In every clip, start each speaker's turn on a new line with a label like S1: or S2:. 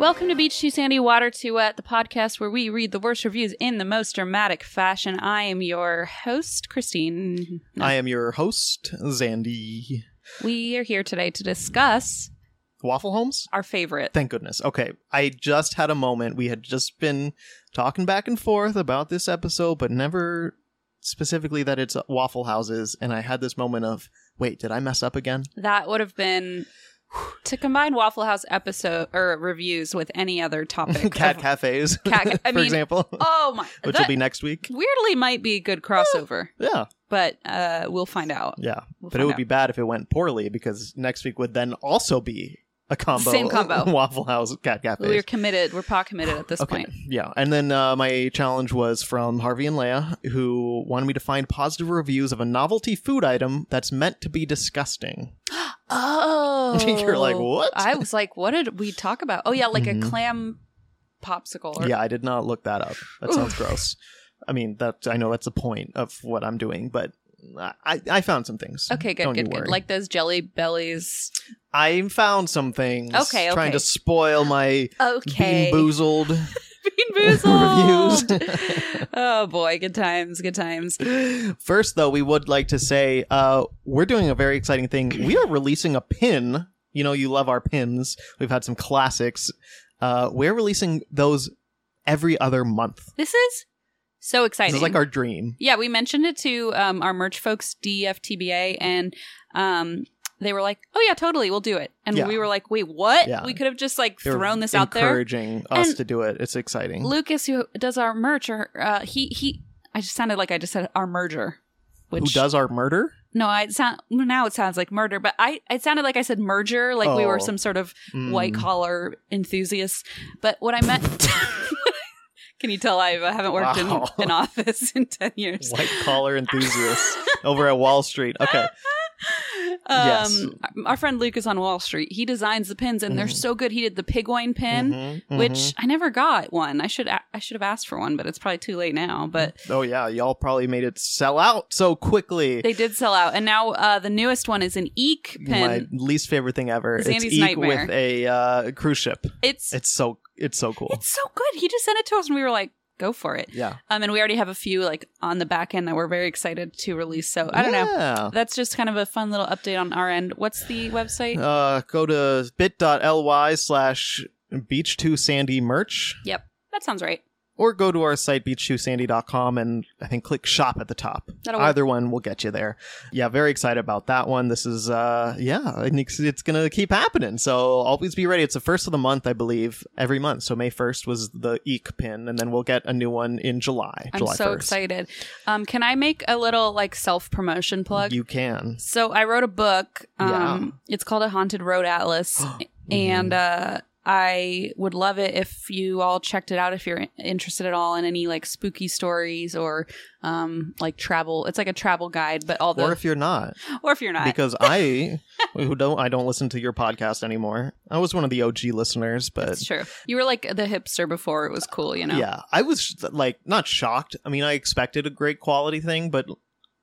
S1: Welcome to Beach Too Sandy, Water Too Wet, the podcast where we read the worst reviews in the most dramatic fashion. I am your host, Christine.
S2: I am your host, Zandy
S1: We are here today to discuss
S2: Waffle Homes.
S1: our favorite.
S2: Thank goodness. Okay, I just had a moment. We had just been talking back and forth about this episode, but never specifically that it's Waffle Houses. And I had this moment of, wait, did I mess up again?
S1: That would have been to combine Waffle House episode or reviews with any other topic.
S2: Cat
S1: of-
S2: cafes,
S1: Cat ca- I
S2: for
S1: mean,
S2: example,
S1: Oh my!
S2: which will
S1: that
S2: be next week.
S1: weirdly might be a good crossover,
S2: Yeah,
S1: but uh, we'll find out.
S2: yeah.
S1: We'll
S2: but
S1: find
S2: it would
S1: out.
S2: be bad if it went poorly because next week would then also be a combo,
S1: Same combo.
S2: Waffle House cat cafes.
S1: We're committed. We're pot committed at this point.
S2: Yeah, and then uh, my challenge was from Harvey and Leia, who wanted me to find positive reviews of a novelty food item that's meant to be disgusting.
S1: Oh,
S2: You're like, what?
S1: I was like, what did we talk about? Oh yeah, like a
S2: Mhm.
S1: clam popsicle. Or,
S2: Yeah, I did not look that up. That sounds gross. I mean, that I know that's the point of what I'm doing, but I, I found some things.
S1: Okay, good,
S2: Don't you
S1: good, good.
S2: worry.
S1: Like those jelly bellies.
S2: I found some things.
S1: Okay, okay.
S2: trying to spoil my
S1: Okay.
S2: bean boozled.
S1: Bean boozled.
S2: Reviews.
S1: oh boy, good times, good times.
S2: First, though, we would like to say uh, we're doing a very exciting thing. We are releasing a pin. You know, you love our pins. We've had some classics. Uh, we're releasing those every other month.
S1: This is so exciting.
S2: This is like our dream.
S1: yeah, we mentioned it to um, our merch folks, DFTBA, and um, they were like, "Oh yeah, totally, we'll do it." And
S2: Yeah.
S1: we were like, "Wait, what?
S2: Yeah.
S1: We could have just like
S2: They're
S1: thrown this out there."
S2: encouraging us
S1: And-
S2: to do it. It's exciting.
S1: Lucas, who does our merch, or uh, he he, I just sounded like I just said our merger. Which,
S2: Who does our murder?
S1: No, I sound now it sounds like murder, but I it sounded like I said merger, like we were
S2: Oh.
S1: some sort of
S2: Mm.
S1: white collar enthusiasts. But what I meant, can you tell I've, I haven't worked
S2: Wow.
S1: in an office in ten years?
S2: White collar enthusiast over at Wall Street. Okay.
S1: Um,
S2: Yes.
S1: our- Our friend Lucas on Wall Street, he designs the pins, and they're
S2: Mhm.
S1: so good. He did the pigwine pin.
S2: Mhm, mhm.
S1: Which I never got one. I should a- I should have asked for one, but it's probably too late now. But
S2: Oh yeah, y'all probably made it sell out so quickly.
S1: they did sell out, and now uh, the newest one is an eek
S2: My
S1: pin.
S2: least favorite thing ever.
S1: Zandy's
S2: it's Eek
S1: nightmare.
S2: with a uh, cruise ship.
S1: it's
S2: It's so it's so cool.
S1: It's so good. He just sent it to us, and we were like, "Go for it."
S2: yeah.
S1: Um, and we already have a few like on the back end that we're very excited to release. So I don't know.
S2: Yeah.
S1: That's just kind of a fun little update on our end. What's the website?
S2: Uh, go to bit.ly slash beach 2 sandy merch
S1: yep, that sounds right.
S2: or go to our site beach2sandy.com and I think click shop at the top.
S1: That'll work.
S2: Either one will get you there. Yeah, very excited about that one. This is uh yeah, and it's, it's going to keep happening. So always be ready. It's the first of the month, I believe, every month. So May 1st was the eek pin and then we'll get a new one in July,
S1: I'm
S2: July
S1: so
S2: 1st.
S1: excited. Um, can I make a little like self promotion plug?
S2: You can.
S1: so I wrote a book. Um, it's called A Haunted Road Atlas,
S2: Mm-hmm.
S1: and uh, I would love it if you all checked it out. If you're interested at all in any like spooky stories or um, like travel, it's like a travel guide, but all the
S2: or if you're not
S1: or if you're not.
S2: because i who don't i don't listen to your podcast anymore i was one of the og listeners but
S1: That's true. You were like the hipster before it was cool, you know?
S2: yeah i was sh- like not shocked i mean i expected a great quality thing but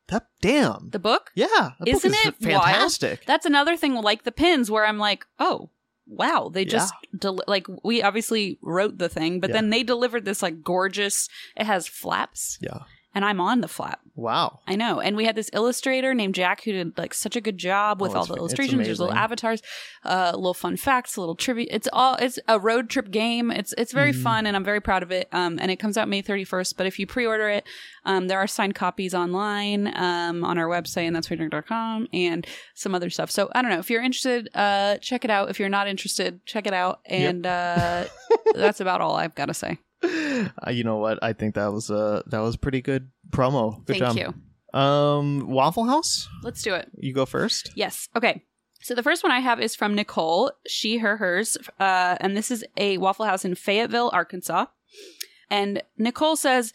S2: that damn
S1: The book?
S2: yeah that book
S1: Isn't
S2: is
S1: it wild?
S2: fantastic
S1: That's another thing like the pins where I'm like, oh, wow. They just, del- like, we obviously wrote the thing, but
S2: Yeah.
S1: then they delivered this, like, gorgeous, it has flaps,
S2: yeah
S1: and I'm on the flap.
S2: Wow.
S1: I know. And we had this illustrator named Jack who did like such a good job with
S2: Oh,
S1: all
S2: it's
S1: the
S2: fa- it's
S1: illustrations. There's little
S2: amazing.
S1: avatars, uh, little fun facts, little trivia. It's all it's a road trip game. It's it's very
S2: Mm-hmm.
S1: fun and I'm very proud of it. Um, and it comes out May 31st. But if you pre-order it, um, there are signed copies online um, on our website and that's com and some other stuff. So I don't know if you're interested, uh, check it out. If you're not interested, check it out. And uh, that's about all I've got to say.
S2: Uh, you know what? I think that was uh that was pretty good promo. Good
S1: Thank
S2: job.
S1: you.
S2: Um, Waffle House.
S1: Let's do it.
S2: You go first.
S1: Yes. Okay. So the first one I have is from Nicole, she, her, hers. Uh, and this is a Waffle House in Fayetteville, Arkansas. And Nicole says,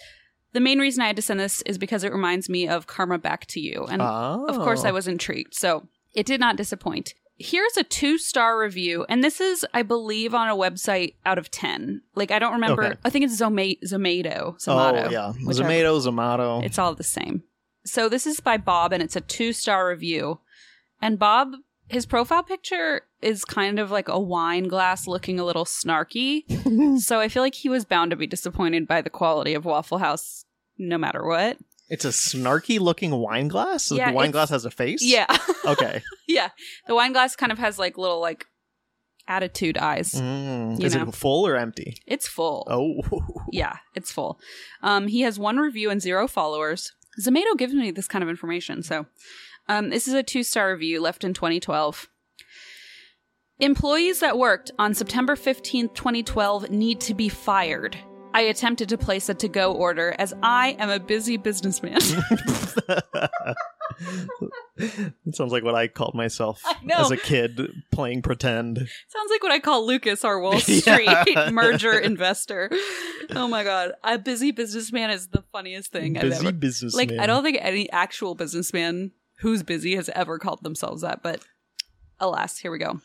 S1: The main reason I had to send this is because it reminds me of Karma Back to You. And
S2: oh.
S1: of course, I was intrigued. So it did not disappoint. Here's a two star review. And this is, I believe, on a website out of 10. Like, I don't remember.
S2: Okay.
S1: I think it's Zoma- Zomato. Zomato.
S2: Oh yeah,
S1: whichever.
S2: Zomato, Zomato.
S1: It's all the same. So this is by Bob, and it's a two star review. And Bob, his profile picture is kind of like a wine glass looking a little snarky.
S2: Hmm.
S1: so I feel like he was bound to be disappointed by the quality of Waffle House no matter what.
S2: It's a snarky looking wine glass.
S1: Yeah,
S2: the wine
S1: it's-
S2: glass has a face.
S1: Yeah.
S2: Okay.
S1: yeah. The wine glass kind of has like little like attitude eyes.
S2: Mm.
S1: You
S2: Is
S1: know.
S2: it full or empty?
S1: It's full.
S2: Oh.
S1: Yeah, it's full. Um, he has one review and zero followers. Zomato gives me this kind of information. So, um, this is a two star review left in 2012. Employees that worked on September 15th, 2012 need to be fired. I attempted to place a to go order as I am a busy businessman.
S2: It sounds like what I called myself
S1: I know.
S2: as a kid playing pretend.
S1: Sounds like what I call Lucas, our Wall Street
S2: Yeah.
S1: merger investor. Oh my God. A busy businessman is the funniest thing I've
S2: Busy
S1: ever
S2: businessman.
S1: like i don't think any actual businessman who's busy has ever called themselves that but alas here we go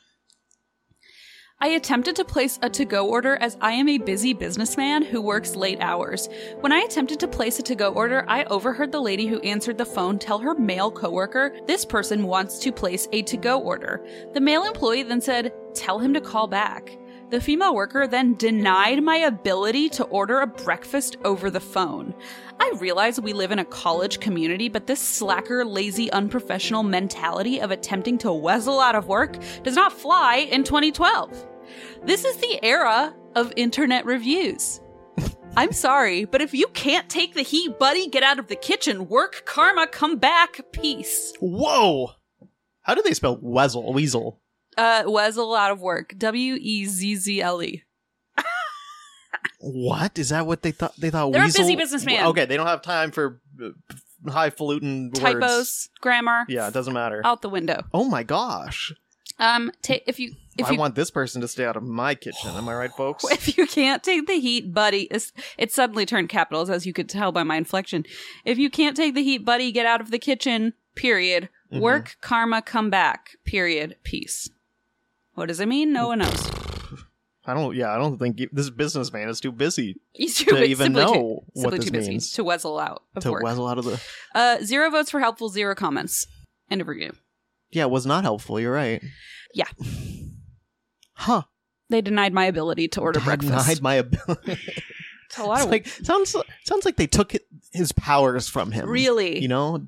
S1: I attempted to place a to go order as I am a busy businessman who works late hours. When I attempted to place a to go order, I overheard the lady who answered the phone tell her male coworker, This person wants to place a to go order. The male employee then said, Tell him to call back. The female worker then denied my ability to order a breakfast over the phone. I realize we live in a college community, but this slacker, lazy, unprofessional mentality of attempting to weasel out of work does not fly in 2012. This is the era of internet reviews. I'm sorry, but if you can't take the heat, buddy, get out of the kitchen. Work, karma, come back, peace.
S2: Whoa. How do they spell weasel? Weasel.
S1: Uh, weasel out of work. W E Z Z L E.
S2: What is that? What they thought? They thought
S1: They're a
S2: weasel.
S1: busy businessman.
S2: Okay, they don't have time for uh, highfalutin words.
S1: Typos, grammar,
S2: Yeah, it doesn't matter.
S1: out the window.
S2: oh my gosh!
S1: Um, ta- if you if
S2: I
S1: you
S2: want this person to stay out of my kitchen. Am I right, folks?
S1: If you can't take the heat, buddy, it's, it suddenly turned capitals, as you could tell by my inflection. If you can't take the heat, buddy, get out of the kitchen, period.
S2: Mm-hmm.
S1: Work, karma, come back, period. Peace. What does it mean? No one knows.
S2: I don't. Yeah, I don't think you, this businessman is too busy
S1: He's too,
S2: to even
S1: simply
S2: know
S1: too,
S2: what
S1: simply
S2: this
S1: too busy
S2: means.
S1: to weasel out of
S2: To
S1: work.
S2: weasel out of the.
S1: Uh, zero votes for helpful, zero comments. End of review.
S2: Yeah, it was not helpful. You're right.
S1: Yeah.
S2: Huh?
S1: They denied my ability to order
S2: Denied
S1: breakfast.
S2: my ability.
S1: It's a lot
S2: it's
S1: of
S2: like sounds sounds like they took it- his powers from him.
S1: really.
S2: You know,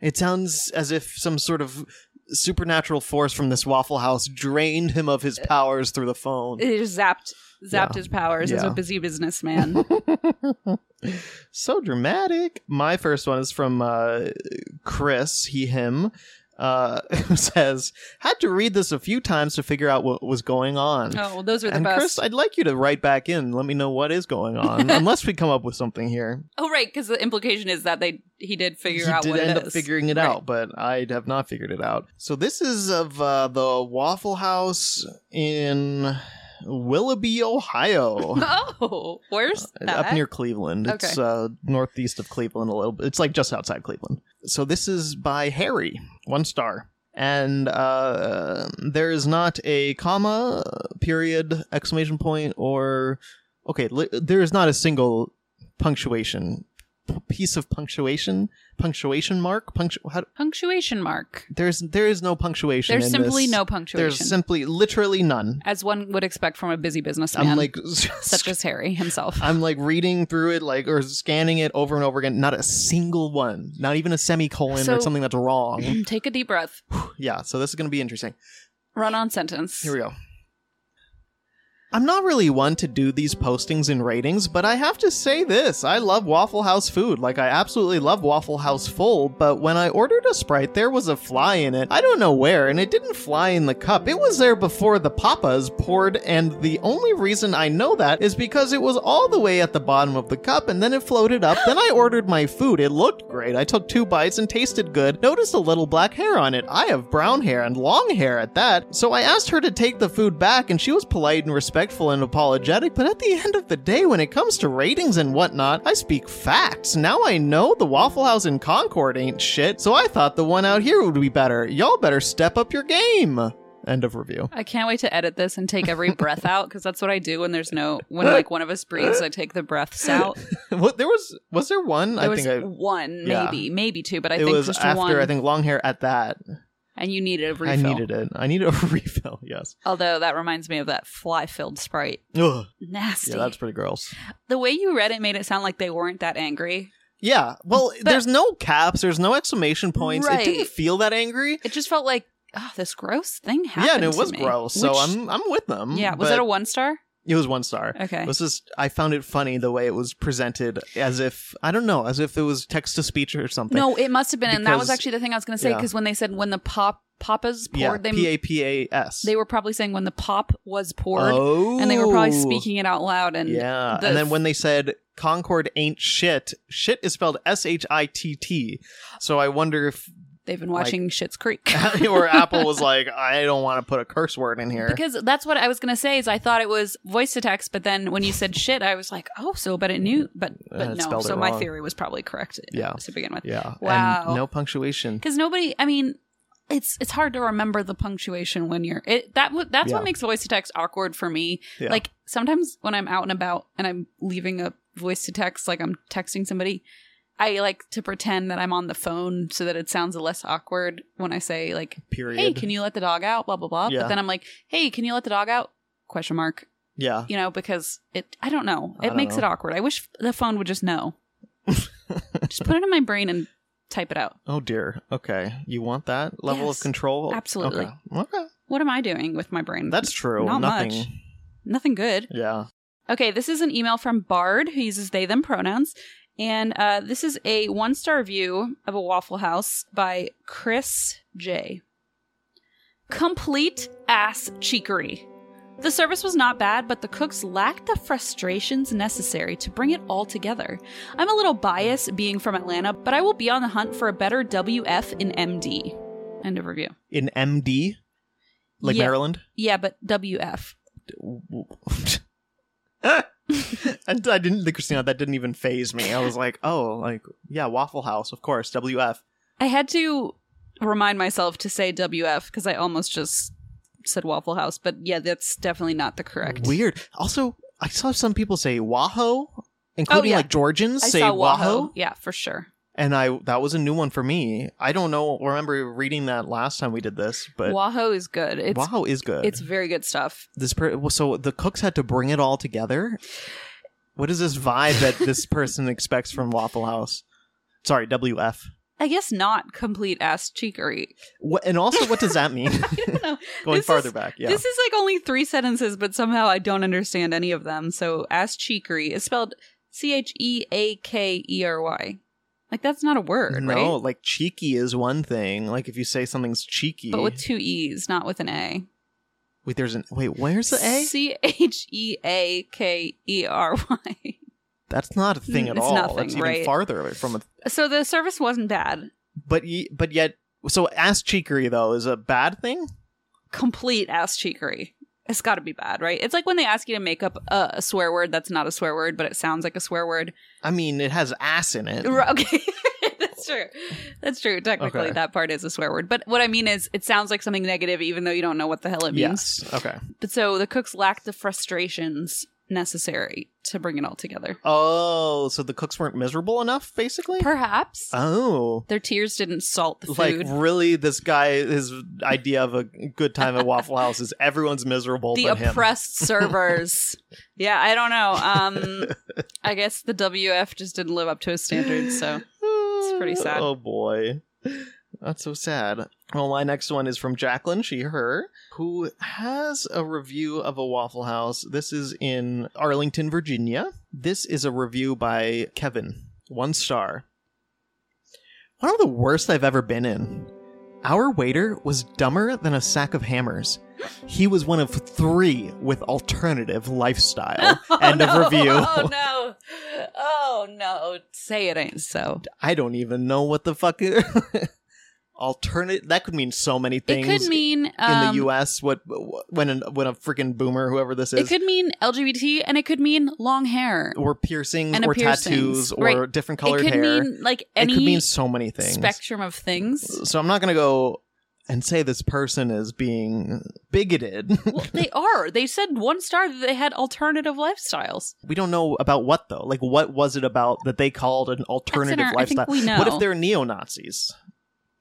S2: it sounds as if some sort of supernatural force from this Waffle House drained him of his
S1: Uh,
S2: powers through the phone.
S1: it just zapped zapped
S2: Yeah.
S1: his powers as a
S2: Yeah.
S1: busy businessman. Oh,
S2: so dramatic. My first one is from uh, Chris, he, him, uh, who says, Had to read this a few times to figure out what was going on.
S1: oh, well, those are the
S2: and
S1: best.
S2: Chris, I'd like you to write back in. Let me know what is going on, unless we come up with something here.
S1: Oh, right, because the implication is that they he did figure
S2: he
S1: out
S2: did
S1: what
S2: end
S1: it
S2: up
S1: is.
S2: figuring it
S1: Right.
S2: out, but I have not figured it out. So this is of uh, the Waffle House in Willoughby, Ohio.
S1: Oh, where's that?
S2: Uh, up near Cleveland. It's
S1: Okay.
S2: uh, northeast of Cleveland a little bit. It's like just outside Cleveland. So this is by Harry, one star. And uh, there is not a comma, period, exclamation point, or okay, li- there is not a single punctuation p- piece of punctuation punctuation mark punctu- how,
S1: Punctuation mark.
S2: there's there is no punctuation
S1: There's
S2: in
S1: simply
S2: this.
S1: no punctuation.
S2: there's simply literally none
S1: as one would expect from a busy businessman,
S2: i'm like
S1: such as Harry himself.
S2: i'm like reading through it like or scanning it over and over again not a single one not even a semicolon
S1: So-
S2: or something that's wrong
S1: Take a deep breath.
S2: yeah so this is going to be interesting
S1: Run on sentence.
S2: Here we go. I'm not really one to do these postings and ratings, but I have to say this. I love Waffle House food. Like, I absolutely love Waffle House full, but when I ordered a Sprite, there was a fly in it. I don't know where, and it didn't fly in the cup. It was there before the papas poured, and the only reason I know that is because it was all the way at the bottom of the cup, and then it floated up. then I ordered my food. It looked great. I took two bites and tasted good. Noticed a little black hair on it. I have brown hair and long hair at that. So I asked her to take the food back, and she was polite and respectful and apologetic. But at the end of the day, when it comes to ratings and whatnot, I speak facts. Now I know the Waffle House in Concord ain't shit, so I thought the one out here would be better. Y'all better step up your game. End of review.
S1: I can't wait to edit this and take every breath out because that's what I do when there's no when like one of us breathes. I take the breaths out.
S2: what there was was there one?
S1: There
S2: I
S1: was
S2: think I,
S1: one,
S2: yeah.
S1: maybe, maybe two, but I
S2: it
S1: think
S2: was
S1: just
S2: after
S1: one.
S2: I think long hair at that.
S1: and you needed a refill.
S2: I needed it. I needed a refill. Yes.
S1: Although that reminds me of that fly-filled Sprite.
S2: Ugh.
S1: Nasty.
S2: Yeah, that's pretty gross.
S1: the way you read it made it sound like they weren't that angry.
S2: Yeah. Well, there's no caps. There's no exclamation points. It
S1: Right.
S2: didn't feel that angry.
S1: It just felt like, oh, this gross thing happened.
S2: yeah, and it
S1: to
S2: was
S1: me."
S2: gross. So
S1: Which-
S2: I'm I'm with them.
S1: Yeah, was
S2: but
S1: it a one star?
S2: It was one star.
S1: Okay.
S2: It was just I found it funny the way it was presented, as if I don't know, as if it was text to speech or something.
S1: No, it must have been, and that was
S2: Because-
S1: actually the thing I was going to say
S2: yeah.
S1: because when they said when the pop papas poured, they
S2: Yeah. P A P A S.
S1: they were probably saying when the pop was poured,
S2: oh.
S1: and they were probably speaking it out loud. And
S2: Yeah.
S1: the-
S2: and then when they said Concord ain't shit, shit is spelled S H I T T. So I wonder if
S1: they've been watching Shit's Creek.
S2: or Apple was like, I don't want to put a curse word in here.
S1: Because that's what I was gonna say is I thought it was voice to text, but then when you said shit, I was like, oh, so but it knew, but but
S2: Uh, it
S1: no,
S2: spelled it
S1: so my
S2: wrong.
S1: theory was probably correct. uh,
S2: Yeah.
S1: to begin with.
S2: yeah.
S1: Wow.
S2: And no punctuation.
S1: because nobody i mean it's it's hard to remember the punctuation when you're it that w- that's what
S2: Yeah.
S1: makes voice to text awkward for me
S2: Yeah.
S1: like sometimes when i'm out and about and i'm leaving a voice to text like i'm texting somebody i like to pretend that i'm on the phone so that it sounds less awkward when i say like
S2: Period.
S1: hey can you let the dog out blah blah blah
S2: Yeah.
S1: but then i'm like hey can you let the dog out question mark
S2: yeah.
S1: you know because it i don't know
S2: I
S1: it
S2: don't
S1: makes it
S2: know.
S1: awkward i wish the phone would just know just put it in my brain and type it out
S2: Oh dear. Okay. You want that level
S1: Yes.
S2: of control?
S1: Absolutely.
S2: Okay. Okay.
S1: what am i doing with my brain
S2: That's true.
S1: Not
S2: Nothing.
S1: much. Nothing good.
S2: Yeah.
S1: Okay, this is an email from Bard who uses they them pronouns. And uh, this is a one star review of a Waffle House by Chris J. Complete ass cheekery. The service was not bad, but the cooks lacked the frustrations necessary to bring it all together. I'm a little biased being from Atlanta, but I will be on the hunt for a better WF in MD. End of review.
S2: In MD, like
S1: Yeah.
S2: Maryland.
S1: Yeah, but WF.
S2: I, I didn't, Christina. That didn't even phase me. I was like, oh, like yeah, Waffle House, of course. WF.
S1: I had to remind myself to say WF because I almost just said Waffle House, but yeah, that's definitely not the correct.
S2: Weird. Also, I saw some people say Wahoo, including
S1: Oh, yeah.
S2: like Georgians
S1: I
S2: say
S1: saw
S2: Wahoo.
S1: Wahoo. Yeah, for sure.
S2: and I that was a new one for me. I don't know. Remember reading that last time we did this, but
S1: Wahoo is good. It's
S2: Wahoo is good.
S1: it's very good stuff.
S2: this per- well, so the cooks had to bring it all together. What is this vibe that this person expects from Waffle House? Sorry, WF.
S1: I guess not complete ass cheekery.
S2: What, and also, what does that mean?
S1: know.
S2: Going
S1: This
S2: farther
S1: is-
S2: back, yeah.
S1: This is like only three sentences, but somehow I don't understand any of them. So ass cheekery is spelled C H E A K E R Y. Like that's not a word,
S2: no,
S1: right?
S2: like cheeky is one thing. Like if you say something's cheeky,
S1: But with two E's, not with an A.
S2: wait, there's an wait. Where's the A?
S1: C H E A K E R Y.
S2: That's not a thing at
S1: mm, It's
S2: all.
S1: nothing,
S2: That's even
S1: right?
S2: farther away from a
S1: So the service wasn't bad.
S2: but ye, but yet so ass cheekery though is a bad thing
S1: Complete ass cheekery. It's got to be bad, right? It's like when they ask you to make up a, a swear word that's not a swear word, but it sounds like a swear word.
S2: i mean it has ass in it
S1: Ru- Okay. That's true. That's true. Technically,
S2: Mm-hmm. Okay.
S1: that part is a swear word. But what I mean is, it sounds like something negative, even though you don't know what the hell it means.
S2: yes okay
S1: But so the cooks lacked the frustrations necessary to bring it all together.
S2: Oh, so the cooks weren't miserable enough, basically?
S1: Perhaps
S2: oh.
S1: their tears didn't salt the
S2: Eh. Like
S1: food.
S2: really, this guy his idea of a good time at Waffle House is everyone's miserable
S1: the
S2: but him.
S1: oppressed servers. Yeah, I don't know. Um, I guess the WF just didn't live up to his standards. So
S2: it's
S1: pretty sad.
S2: Oh boy. That's so sad. Well, my next one is from Jacqueline, she, her, who has a review of a Waffle House. This is in Arlington, Virginia. This is a review by Kevin. One star. One of the worst I've ever been in. Our waiter was dumber than a sack of hammers. He was one of three with alternative lifestyle. Oh, End
S1: Oh, no.
S2: of review.
S1: Oh no! Oh no! Say it ain't so.
S2: I don't even know what the fuck. Alternate that could mean so many things.
S1: it could mean
S2: in
S1: um,
S2: the U.S. What when an, when a freaking boomer, whoever this
S1: It
S2: is,
S1: could mean LGBT, and it could mean long hair.
S2: or piercings,
S1: and a
S2: or
S1: piercings,
S2: tattoos, or
S1: right.
S2: different
S1: It
S2: colored
S1: could
S2: hair.
S1: mean like any
S2: it could mean so many things.
S1: spectrum of things.
S2: so I'm not gonna go and say this person is being bigoted.
S1: well, they are. They said one star that they had alternative lifestyles.
S2: we don't know about what though. Like, what was it about that they called an alternative
S1: our- I think
S2: lifestyle?
S1: we know.
S2: What if they're neo Nazis?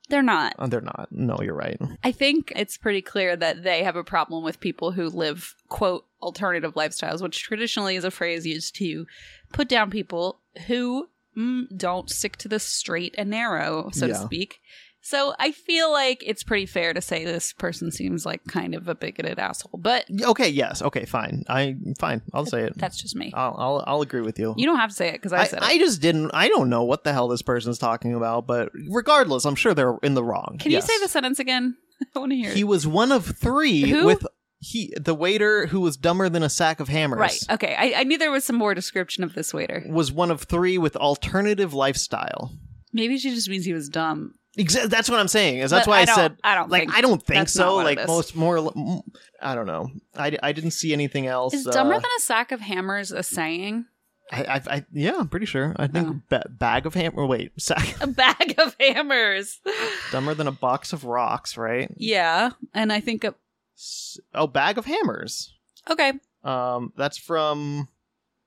S1: They're not.
S2: Oh, they're not. No, you're right.
S1: I think it's pretty clear that they have a problem with people who live, quote, alternative lifestyles, which traditionally is a phrase used to put down people who mm, don't stick to the straight and narrow, so to
S2: Yeah.
S1: speak. So I feel like it's pretty fair to say this person seems like kind of a bigoted asshole, but
S2: Okay. Yes. Okay. Fine. I fine. I'll say it.
S1: that's just me.
S2: I'll, I'll I'll agree with you.
S1: You don't have to say it because I,
S2: Oh. I,
S1: said it.
S2: I just didn't. I don't know what the hell this person's talking about, but regardless, I'm sure they're in the wrong.
S1: Can
S2: Yes.
S1: you say the sentence again? I want to hear it.
S2: He was one of three
S1: Who?
S2: with he the waiter who was dumber than a sack of hammers.
S1: Right. Okay. I, I knew there was some more description of this waiter.
S2: Was one of three with alternative lifestyle.
S1: Maybe she just means he was dumb.
S2: Exactly. That's what I'm saying. Is that's
S1: But
S2: why I,
S1: I don't-
S2: said
S1: I don't
S2: like
S1: think
S2: I don't think
S1: that's not
S2: so.
S1: what it
S2: Like
S1: is.
S2: most more. mm, I don't know. I, I didn't see anything else.
S1: Is
S2: uh,
S1: dumber than a sack of hammers a saying?
S2: I, I, I yeah. I'm pretty sure. I think
S1: Oh.
S2: ba- bag of hammer. Wait, sack.
S1: A bag of hammers.
S2: dumber than a box of rocks. Right.
S1: Yeah, and I think a,
S2: S- Oh, bag of hammers.
S1: okay.
S2: Um, that's from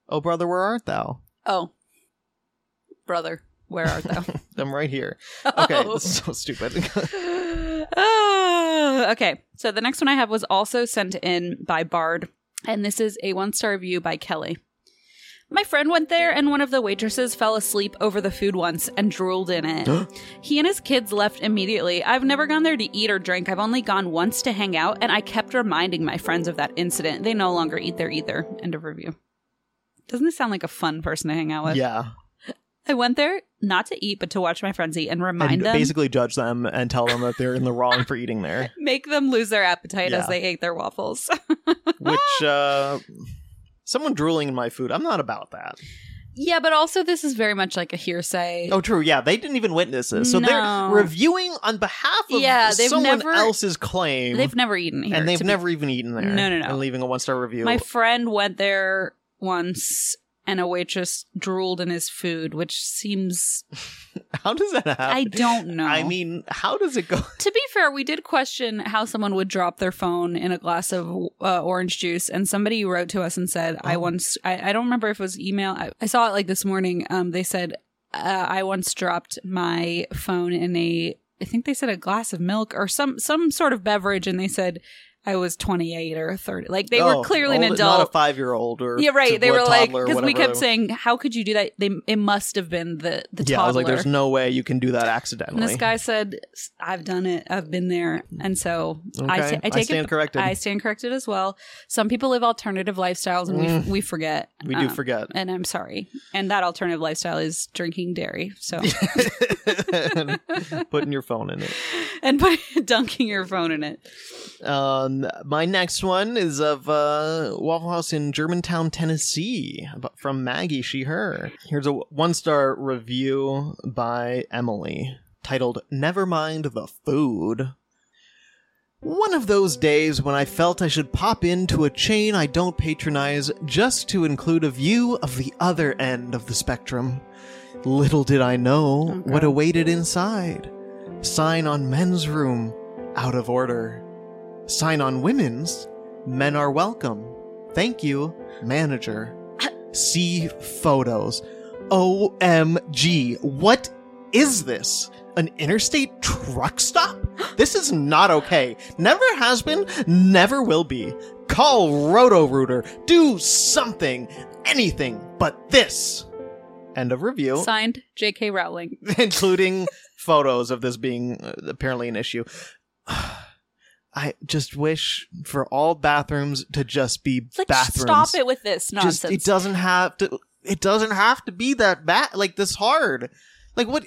S2: Oh Brother, Where Art Thou?
S1: Oh, brother, where art thou?
S2: I'm right here. Okay,
S1: Oh.
S2: this is so stupid.
S1: Ah, okay, so the next one I have was also sent in by Bard, and this is a one star review by Kelly. My friend went there, and one of the waitresses fell asleep over the food once and drooled in it. he and his kids left immediately. I've never gone there to eat or drink. I've only gone once to hang out, and I kept reminding my friends of that incident. They no longer eat there either. End of review. Doesn't this sound like a fun person to hang out with?
S2: yeah,
S1: I went there not to eat, but to watch my friends eat and remind
S2: and
S1: them,
S2: basically judge them and tell them that they're in the wrong for eating there,
S1: make them lose their appetite as
S2: Yeah.
S1: they ate their waffles.
S2: which uh, someone drooling in my food. I'm not about that.
S1: yeah, but also this is very much like a hearsay.
S2: Oh, true. Yeah, they didn't even witness this, so
S1: No.
S2: they're reviewing on behalf of
S1: Yeah, they've
S2: someone
S1: never-
S2: else's claim,
S1: they've never eaten here,
S2: and they've
S1: to be-
S2: never even eaten there.
S1: No, no, no.
S2: And leaving a one star review.
S1: My friend went there once, and a waitress drooled in his food, which seems
S2: how does that happen?
S1: I don't know.
S2: I mean, how does it go?
S1: to be fair, we did question how someone would drop their phone in a glass of uh, orange juice, and somebody wrote to us and said, "I
S2: Oh.
S1: once, I, I don't remember if it was email. I, I saw it like this morning. Um, they said uh, I once dropped my phone in a, I think they said a glass of milk or some some sort of beverage, and they said I was 28 or 30. Like they
S2: Oh,
S1: were clearly
S2: old-
S1: an adult.
S2: not a five year old or
S1: yeah,
S2: t-
S1: right. They
S2: or
S1: were like,
S2: toddler or
S1: because we
S2: whatever.
S1: kept saying, "How could you do that?" They it must have been the the
S2: yeah,
S1: toddler.
S2: I was like, there's no way you can do that
S1: And
S2: accidentally.
S1: this guy said, "S- "I've done it. I've been there." And so I
S2: Okay,
S1: ta- I
S2: I
S1: take
S2: stand
S1: it,
S2: corrected.
S1: I stand corrected as well. Some people live alternative lifestyles, and we f- we forget.
S2: Mm. we do
S1: Um,
S2: forget.
S1: And I'm sorry. And that alternative lifestyle is drinking dairy. So
S2: Putting your phone in it.
S1: and put, dunking your phone in it.
S2: Um, my next one is of uh, Waffle House in Germantown, Tennessee, about- from Maggie. She her. Here's a one star review by Emily titled "Never Mind the Food." One of those days when I felt I should pop into a chain I don't patronize just to include a view of the other end of the spectrum. Little did I know
S1: Okay.
S2: what awaited inside. Sign on men's room, out of order. Sign on women's, men are welcome. Thank you, manager. See photos. OMG. What is this? An interstate truck stop? This is not okay. Never has been, never will be. Call Roto Rooter. Do something. Anything but this. End of review.
S1: Signed, J.K. Rowling.
S2: including photos of this being uh, apparently an issue. I just wish for all bathrooms to just be
S1: It's like, just
S2: bathrooms.
S1: stop it with this nonsense.
S2: Just it doesn't have to. It doesn't have to be that bad. Like this hard. Like what?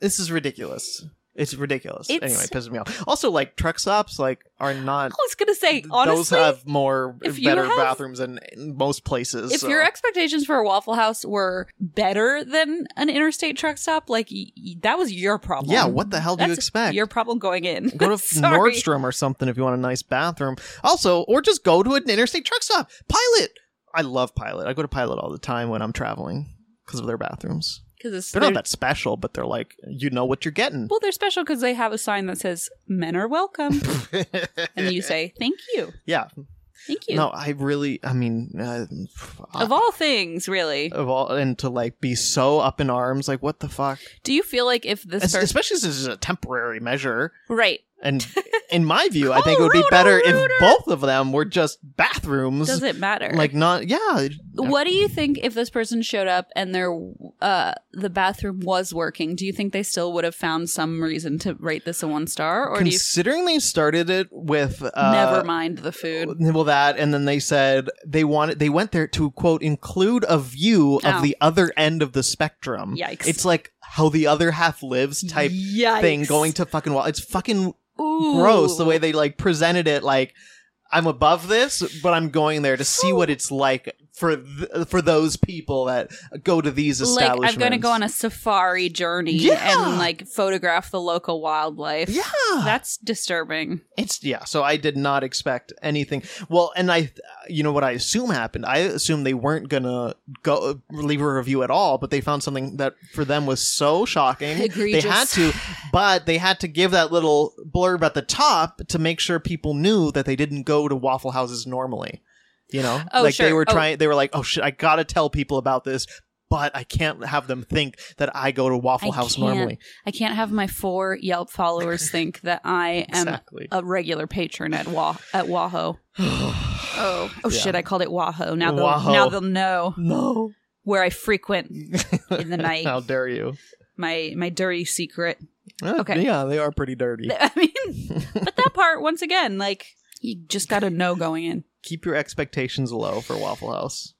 S2: This is ridiculous. It's ridiculous.
S1: It's-
S2: anyway, it pisses me off. Also, like truck stops, like are not.
S1: I was gonna say
S2: those
S1: honestly,
S2: have more
S1: if you
S2: better
S1: have-
S2: bathrooms than most places.
S1: if
S2: so.
S1: your expectations for a Waffle House were better than an interstate truck stop, like y- y- that was your problem.
S2: yeah, what the hell do
S1: That's
S2: you expect?
S1: Your problem going in.
S2: Go to
S1: Sorry.
S2: Nordstrom or something if you want a nice bathroom. Also, or just go to an interstate truck stop. Pilot. I love Pilot. I go to Pilot all the time when I'm traveling because of their bathrooms.
S1: because it's
S2: They're not that special, but they're like, you know what you're getting.
S1: Well, they're special because they have a sign that says "Men are welcome," and you say "Thank you,
S2: yeah.
S1: thank you."
S2: No, I really, I mean, uh,
S1: of all things, really,
S2: of all, and to like be so up in arms, like, what the fuck?
S1: do you feel like if this
S2: Es-
S1: person,
S2: Especially since this is a temporary measure.
S1: right
S2: And in my view, I think it would be
S1: Colorado
S2: better if
S1: Rooter!
S2: both of them were just bathrooms.
S1: does it matter?
S2: Like, not, yeah. it-
S1: what do you think if this person showed up and their uh the bathroom was working? Do you think they still would have found some reason to rate this a one star, or do you?
S2: considering they started it with uh,
S1: Never mind the food.
S2: Well, that and then they said they wanted they went there to quote include a view
S1: Oh.
S2: of the other end of the spectrum.
S1: Yikes.
S2: It's like how the other half lives type
S1: Yikes.
S2: thing going to fucking wall. It's fucking
S1: Ooh.
S2: gross the way they like presented it. Like I'm above this, but I'm going there to see what it's like for th- for those people that go to these
S1: like
S2: establishments.
S1: I'm going to go on a safari journey
S2: Yeah.
S1: and like photograph the local wildlife.
S2: yeah.
S1: That's disturbing.
S2: It's yeah, so I did not expect anything. Well, and I, you know what I assume happened. I assume they weren't gonna go leave a review at all, but they found something that for them was so shocking
S1: Egregious.
S2: they had to. But they had to give that little blurb at the top to make sure people knew that they didn't go to Waffle Houses normally. You know,
S1: Oh,
S2: like they
S1: sure.
S2: were
S1: Oh.
S2: trying. They were like, "Oh shit, I gotta tell people about this." But I can't have them think that I go to Waffle
S1: I
S2: House
S1: can't-
S2: normally.
S1: I can't have my four Yelp followers think that I am
S2: Exactly.
S1: a regular patron at Wa- at Wahoo. oh, oh shit! I called it Wahoo. Now they'll
S2: Wahoo.
S1: now they'll know
S2: No.
S1: where I frequent in the night.
S2: How dare you?
S1: My my dirty secret.
S2: Uh,
S1: Okay.
S2: Yeah, they are pretty dirty.
S1: I mean, but that part once again, like you just got to know going in.
S2: Keep your expectations low for Waffle House.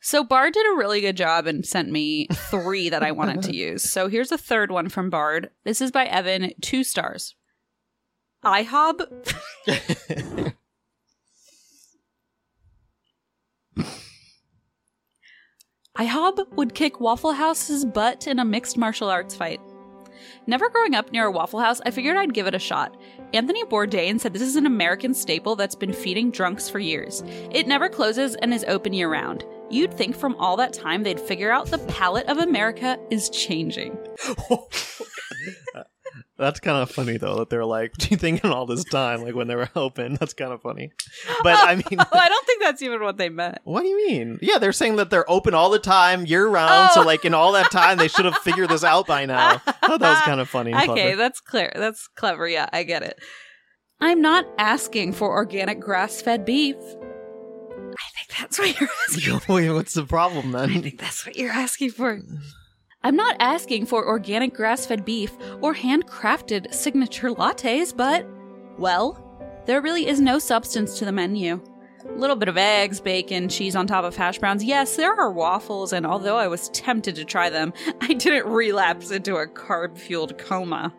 S1: So Bard did a really good job and sent me three that I wanted to use. So here's a third one from Bard. This is by Evan, two stars. IHOB. IHOB would kick Waffle House's butt in a mixed martial arts fight. Never growing up near a Waffle House, I figured I'd give it a shot. Anthony Bourdain said this is an American staple that's been feeding drunks for years. It never closes and is open year round. You'd think from all that time they'd figure out the palate of America is changing.
S2: That's kind of funny though that they're like thinking all this time, like when they were open. That's kind of funny. But I mean,
S1: Oh, I don't think that's even what they meant.
S2: what do you mean? Yeah, they're saying that they're open all the time, year round. So
S1: Oh.
S2: like in all that time, they should have figured this out by now. I thought that was kind of funny. And
S1: Okay,
S2: clever.
S1: that's clear. That's clever. Yeah, I get it. I'm not asking for organic grass fed beef. I think that's what you're asking.
S2: Wait, what's the problem
S1: I
S2: then?
S1: think that's what you're asking for. I'm not asking for organic grass fed beef or handcrafted signature lattes, but, well, there really is no substance to the menu. A little bit of eggs, bacon, cheese on top of hash browns. Yes, there are waffles, and although I was tempted to try them, I didn't relapse into a carb fueled coma.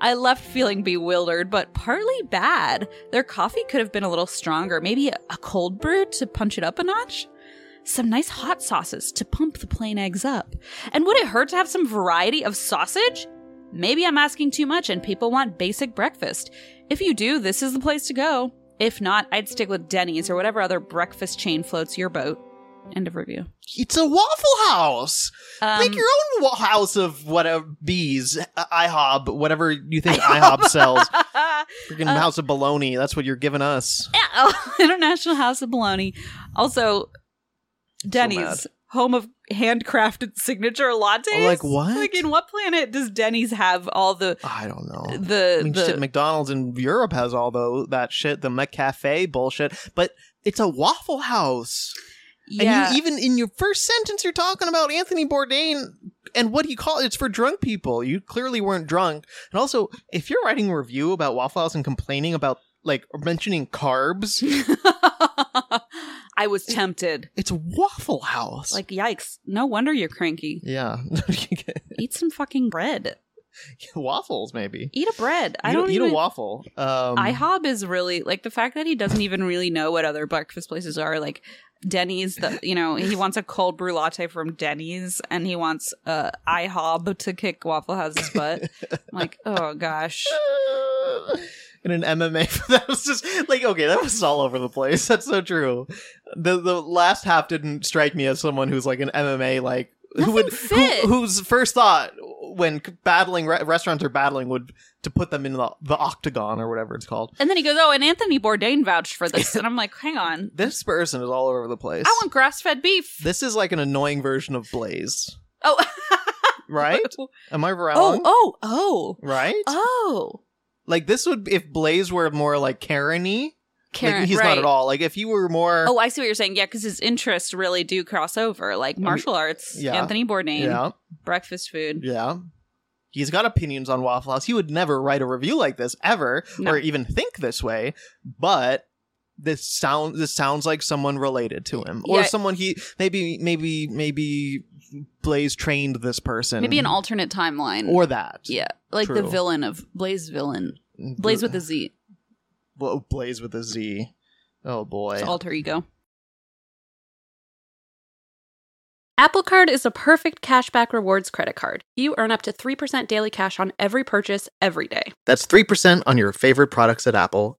S1: I left feeling bewildered, but partly bad. Their coffee could have been a little stronger, maybe a cold brew to punch it up a notch some nice hot sauces to pump the plain eggs up. And would it hurt to have some variety of sausage? Maybe I'm asking too much and people want basic breakfast. If you do, this is the place to go. If not, I'd stick with Denny's or whatever other breakfast chain floats your boat. End of review.
S2: It's a Waffle House.
S1: Um,
S2: Make your own wa- house of whatever bees, uh, IHOB, whatever you think IHOB sells. Freaking House of Baloney. That's what you're giving us.
S1: Yeah, oh, International House of Bologna. Also, Denny's home of handcrafted signature lattes.
S2: Oh, like what?
S1: Like in what planet does Denny's have all the
S2: I don't know.
S1: the
S2: Oh, I mean,
S1: Uh, the
S2: shit, McDonald's in Europe has all tho- that shit, the McCafe bullshit, but it's a Waffle House.
S1: yeah
S2: And you, even in your first sentence, you're talking about Anthony Bourdain and what he called it's for drunk people. You clearly weren't drunk. And also, if you're writing a review about Waffle House and complaining about, like, or mentioning carbs,
S1: I was tempted.
S2: it's Waffle House.
S1: Like yikes! No wonder you're cranky.
S2: yeah.
S1: Eat some fucking bread.
S2: Waffles, maybe.
S1: Eat a bread. I
S2: Eat a-
S1: don't
S2: eat
S1: even.
S2: a waffle. Um,
S1: IHOB is really like the fact that he doesn't even really know what other breakfast places are. Like Denny's, the you know he wants a cold brew latte from Denny's, and he wants uh, IHOB to kick Waffle House's butt. I'm like, oh gosh,
S2: in an MMA. that was just like okay, that was all over the place. That's so true. The the last half didn't strike me as someone who's like an MMA like who
S1: Nothing
S2: would
S1: fit.
S2: who, whose first thought when c- battling re- restaurants are battling would to put them in the, the octagon or whatever it's called.
S1: And then he goes, "Oh, and Anthony Bourdain vouched for this," and I'm like, "Hang on,
S2: This person is all over the place.
S1: I want grass-fed beef."
S2: this is like an annoying version of Blaze,
S1: Oh,
S2: right? Am I wrong?
S1: oh, oh, oh,
S2: Right?
S1: oh,
S2: Like this would if Blaze were more like Karen-y,
S1: Karen,
S2: like, he's
S1: right.
S2: not at all. Like if you were more
S1: Oh, I see what you're saying. Yeah, because his interests really do cross over, like martial arts,
S2: Um, yeah.
S1: Anthony Bourdain,
S2: Yeah,
S1: breakfast food.
S2: yeah. He's got opinions on Waffle House. He would never write a review like this ever,
S1: No.
S2: or even think this way. But this sound this sounds like someone related to him, or
S1: Yeah.
S2: someone he maybe maybe maybe Blaze trained this person,
S1: Maybe an alternate timeline.
S2: or that.
S1: yeah, like the
S2: True.
S1: villain of Blaze villain, Blaze with a Z,
S2: Whoa, Blaze with a Z. Oh boy.
S1: It's alter ego. Apple Card is a perfect cashback rewards credit card.
S3: You earn up to 3% daily cash on every purchase every day.
S2: That's 3% on your favorite products at Apple,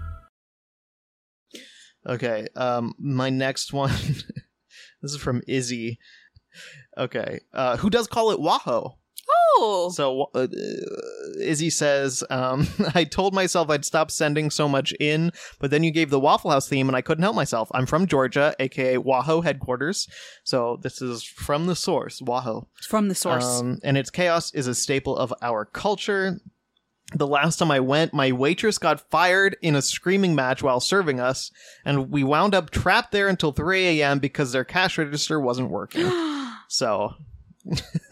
S2: Okay, um, my next one. this is from Izzy. Okay, uh, who does call it Wahoo?
S1: Oh,
S2: So uh, Izzy says, um, I told myself I'd stop sending so much in, but then you gave the Waffle House theme and I couldn't help myself. I'm from Georgia, aka Wahoo headquarters. So this is from the source, Wahoo.
S1: from the source.
S2: Um, and its chaos is a staple of our culture. The last time I went, my waitress got fired in a screaming match while serving us, and we wound up trapped there until 3 a.m. because their cash register wasn't working. so,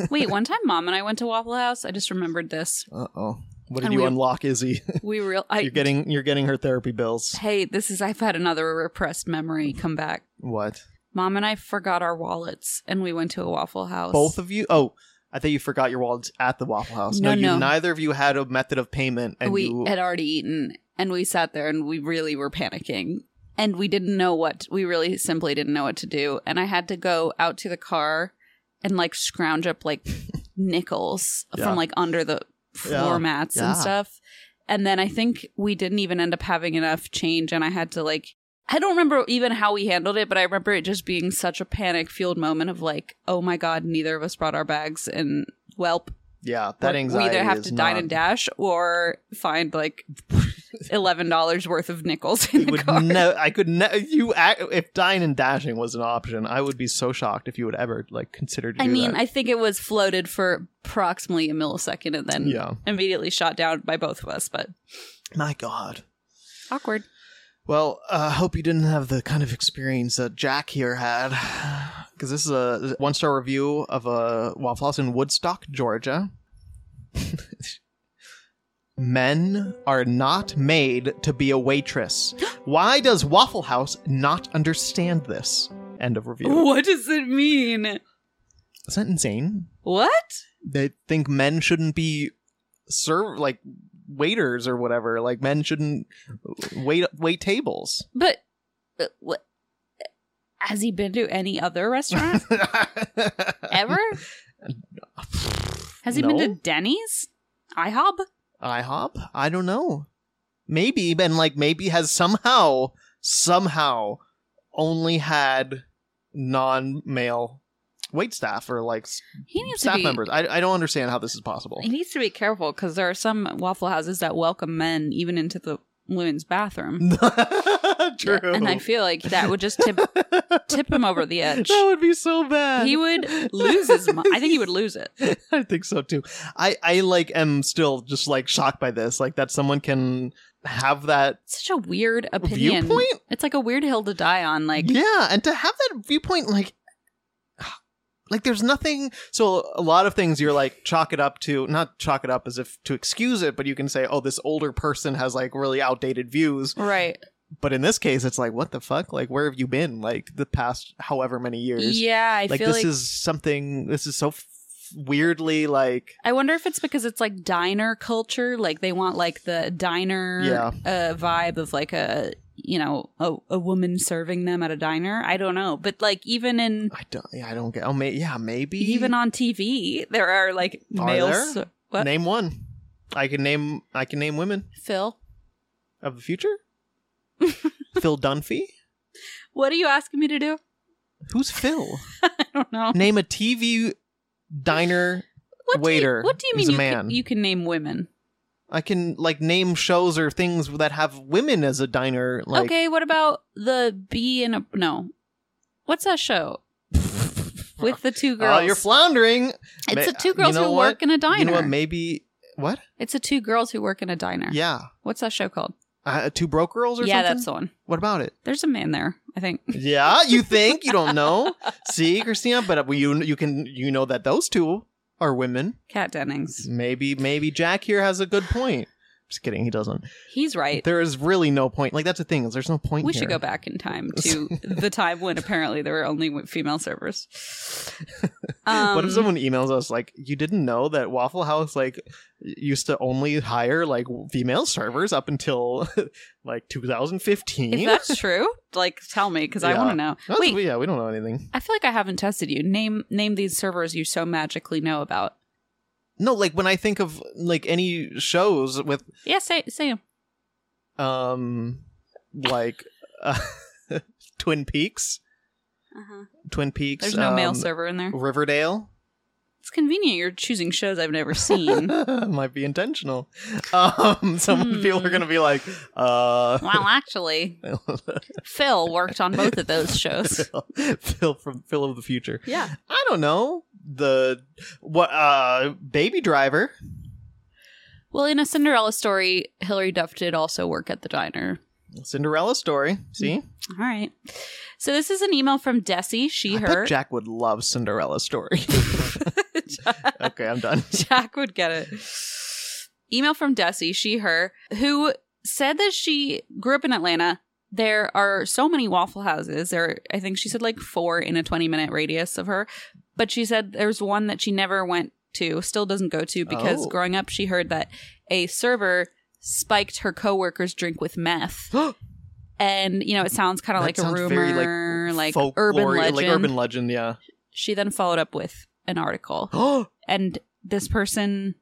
S1: Wait, one time, mom and I went to Waffle House. I just remembered this.
S2: uh oh. What did
S1: And
S2: you
S1: we-
S2: unlock, Izzy?
S1: We real. I
S2: you're getting you're getting her therapy bills.
S1: hey, this is. I've had another repressed memory come back.
S2: What?
S1: Mom and I forgot our wallets, and we went to a Waffle House.
S2: Both of you? Oh, I thought you forgot your wallets at the Waffle House.
S1: No,
S2: you
S1: no.
S2: neither of you had a method of payment, and
S1: we
S2: you.
S1: had already eaten, and we sat there, and we really were panicking, and we didn't know what. We really simply didn't know what to do, and I had to go out to the car, and like scrounge up like nickels
S2: Yeah.
S1: from like under the floor
S2: Yeah.
S1: mats
S2: Yeah.
S1: and stuff. And then I think we didn't even end up having enough change, and I had to like I don't remember even how we handled it, but I remember it just being such a panic fueled moment of like, oh my god, neither of us brought our bags, and welp,
S2: yeah, that
S1: we're- We
S2: anxiety.
S1: either have
S2: is
S1: to dine
S2: not-
S1: and dash or find like eleven dollars worth of nickels in
S2: You
S1: the
S2: would
S1: car.
S2: ne- I could ne- you act- if dine and dashing was an option, I would be so shocked if you would ever like consider to
S1: I
S2: do
S1: mean,
S2: that.
S1: I think it was floated for approximately a millisecond and then
S2: Yeah.
S1: immediately shot down by both of us, but
S2: My God.
S1: awkward.
S2: Well, I uh, hope you didn't have the kind of experience that Jack here had, uh, because this is a one-star review of a Waffle House in Woodstock, Georgia. Men are not made to be a waitress. Why does Waffle House not understand this? End of review.
S1: What does it mean?
S2: Is that insane?
S1: What?
S2: They think men shouldn't be serve like waiters or whatever. Like men shouldn't wait wait tables.
S1: But, but what? Has he been to any other restaurant ever? Has he been
S2: No.
S1: to Denny's? IHOP?
S2: IHOP? I don't know. Maybe, and like maybe has somehow, somehow only had non male wait staff or like s-
S1: He needs to
S2: staff
S1: be,
S2: members. I, I don't understand how this is possible.
S1: He needs to be careful because there are some waffle houses that welcome men even into the women's bathroom.
S2: True.
S1: And I feel like that would just tip tip him over the edge.
S2: That would be so bad.
S1: He would lose his mind. I think he would lose it.
S2: I think so too. I, I like am still just like shocked by this. Like that someone can have that
S1: Such a weird opinion.
S2: Viewpoint?
S1: It's like a weird hill to die on. Like
S2: yeah and to have that viewpoint like like there's nothing so a lot of things you're like chalk it up to not chalk it up as if to excuse it but you can say oh this older person has like really outdated views
S1: right.
S2: but in this case it's like what the fuck like where have you been like the past however many years
S1: Yeah, I
S2: like
S1: feel
S2: this
S1: like
S2: is something this is so f- weirdly like
S1: I wonder if it's because it's like diner culture, like they want like the diner uh, vibe of like a you know a, a woman serving them at a diner. I don't know, but like even in
S2: i don't yeah, i don't get oh may, yeah maybe
S1: even on TV, there are like
S2: Are
S1: males.
S2: there?
S1: What
S2: name one i can name i can name women
S1: Phil?
S2: of the future phil dunphy
S1: What are you asking me to do?
S2: who's phil
S1: I don't know.
S2: name a TV diner
S1: What
S2: waiter
S1: Do you, what do you
S2: who's
S1: mean?
S2: a
S1: you,
S2: man.
S1: Can, you can name women.
S2: I can like name shows or things that have women as a diner. Like
S1: okay, what about the bee in a no? What's that show with the two
S2: Oh,
S1: girls?
S2: you're floundering.
S1: it's
S2: Ma-
S1: the two girls
S2: you know
S1: who
S2: what?
S1: work in a diner.
S2: You know what? Maybe what?
S1: It's the two girls who work in a diner.
S2: Yeah,
S1: What's that show called?
S2: uh, two broke girls or
S1: yeah,
S2: something.
S1: that's the one.
S2: What about it?
S1: There's a man there, I think.
S2: Yeah, you think you don't know? See, Christina, but uh, you you can you know that those two are women.
S1: Kat Dennings.
S2: Maybe maybe Jack here has a good point. Just kidding, he doesn't.
S1: He's right.
S2: There is really no point. Like that's the thing is, there's no point.
S1: we should
S2: here.
S1: go back in time to the time when apparently there were only w- female servers.
S2: what
S1: Um,
S2: if someone emails us like you didn't know that Waffle House like used to only hire like female servers up until like 2015?
S1: If that's true, like tell me because I
S2: Yeah.
S1: want to know.
S2: That's-
S1: Wait,
S2: yeah, we don't know anything.
S1: I feel like I haven't tested you. Name name these servers you so magically know about.
S2: No, like when I think of like any shows with
S1: Yeah, say say 'em.
S2: um like uh, Twin Peaks, Twin Peaks.
S1: Uh-huh. There's no male
S2: um,
S1: server in there.
S2: Riverdale
S1: It's convenient. You're choosing shows I've never seen.
S2: might be intentional. Um, some
S1: Hmm.
S2: people are gonna be like, uh,
S1: well, actually, Phil worked on both of those shows.
S2: Phil from Phil of the Future.
S1: Yeah.
S2: I don't know the what uh baby driver.
S1: Well, in a Cinderella story, Hilary Duff did also work at the diner.
S2: Cinderella story. See,
S1: All right. So this is an email from Desi. She,
S2: I
S1: her.
S2: bet Jack would love Cinderella story. okay, I'm done.
S1: Jack would get it. Email from Desi, she, her, who said that she grew up in Atlanta. There are so many waffle houses. There, are, I think she said like four in a 20 minute radius of her. But she said there's one that she never went to, still doesn't go to, because
S2: Oh.
S1: growing up, she heard that a server spiked her coworker's drink with meth. and, you know, it sounds kind of
S2: That
S1: like a
S2: sounds very, like,
S1: rumor, like,
S2: Folklore-
S1: urban legend.
S2: like urban legend. Yeah. Oh,
S1: she then followed up with an article and this person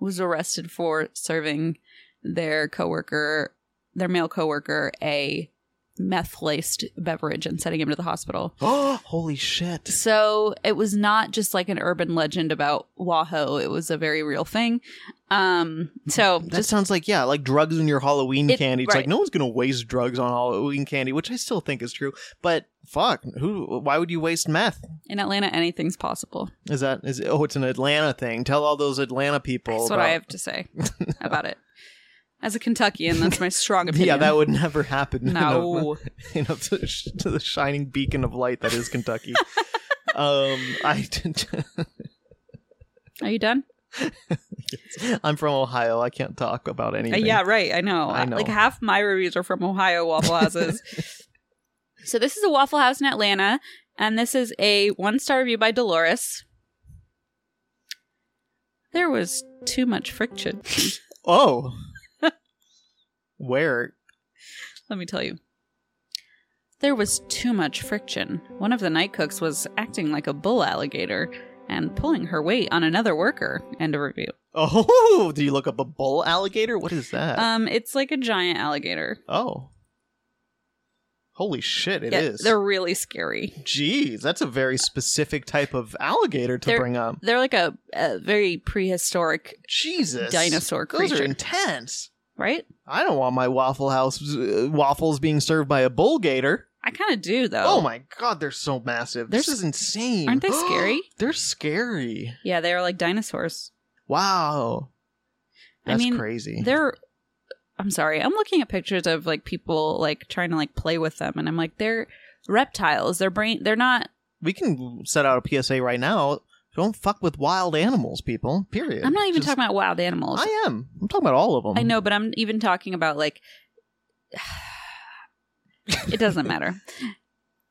S1: was arrested for serving their coworker, their male coworker, a meth-laced beverage and sending him to the hospital.
S2: Holy shit!
S1: So it was not just like an urban legend about Wahoo; it was a very real thing. Um, so
S2: That
S1: just
S2: sounds like yeah, like drugs in your Halloween
S1: It-
S2: candy. It's like
S1: right.
S2: no one's gonna waste drugs on Halloween candy, which I still think is true. But fuck, who? Why would you waste meth?
S1: in Atlanta, anything's possible.
S2: Is that is? Oh, it's an Atlanta thing. Tell all those Atlanta people.
S1: That's what
S2: about-
S1: I have to say about it. As a Kentuckian, that's my strong opinion.
S2: Yeah, that would never happen. in a-
S1: No.
S2: in a, to, the shining beacon of light that is Kentucky. um, I
S1: Are you done?
S2: Yes. I'm from Ohio. I can't talk about
S1: Uh,
S2: anything.
S1: yeah, right. I know.
S2: I know.
S1: Like half my reviews are from Ohio Waffle Houses. so this is a Waffle House in Atlanta, and this is a one star review by Dolores. There was too much friction.
S2: Oh. Where?
S1: Let me tell you. There was too much friction. One of the night cooks was acting like a bull alligator and pulling her weight on another worker. End of review.
S2: Oh, do you look up a bull alligator? What is that?
S1: Um, it's like a giant alligator.
S2: oh. Holy shit, It
S1: Yeah,
S2: is.
S1: They're really scary.
S2: Jeez, that's a very specific type of alligator to
S1: They're-
S2: bring up.
S1: They're like a, a very prehistoric,
S2: Jesus.
S1: dinosaur
S2: Those
S1: creature.
S2: are intense.
S1: right?
S2: I don't want my Waffle House uh, waffles being served by a bull gator.
S1: I kind of do though.
S2: Oh. my god, they're so massive. This
S1: They're-
S2: is insane.
S1: aren't they scary?
S2: they're scary.
S1: Yeah, they're like dinosaurs.
S2: Wow.
S1: I
S2: That's
S1: mean,
S2: crazy.
S1: They're. I'm sorry. I'm looking at pictures of like people like trying to like play with them, and I'm like, they're reptiles. Their brain. They're not.
S2: we can set out a PSA right now. Don't fuck with wild animals, people. Period.
S1: I'm not even
S2: Just-
S1: talking about wild animals.
S2: I am. I'm talking about all of them.
S1: I know, but I'm even talking about like. it doesn't matter.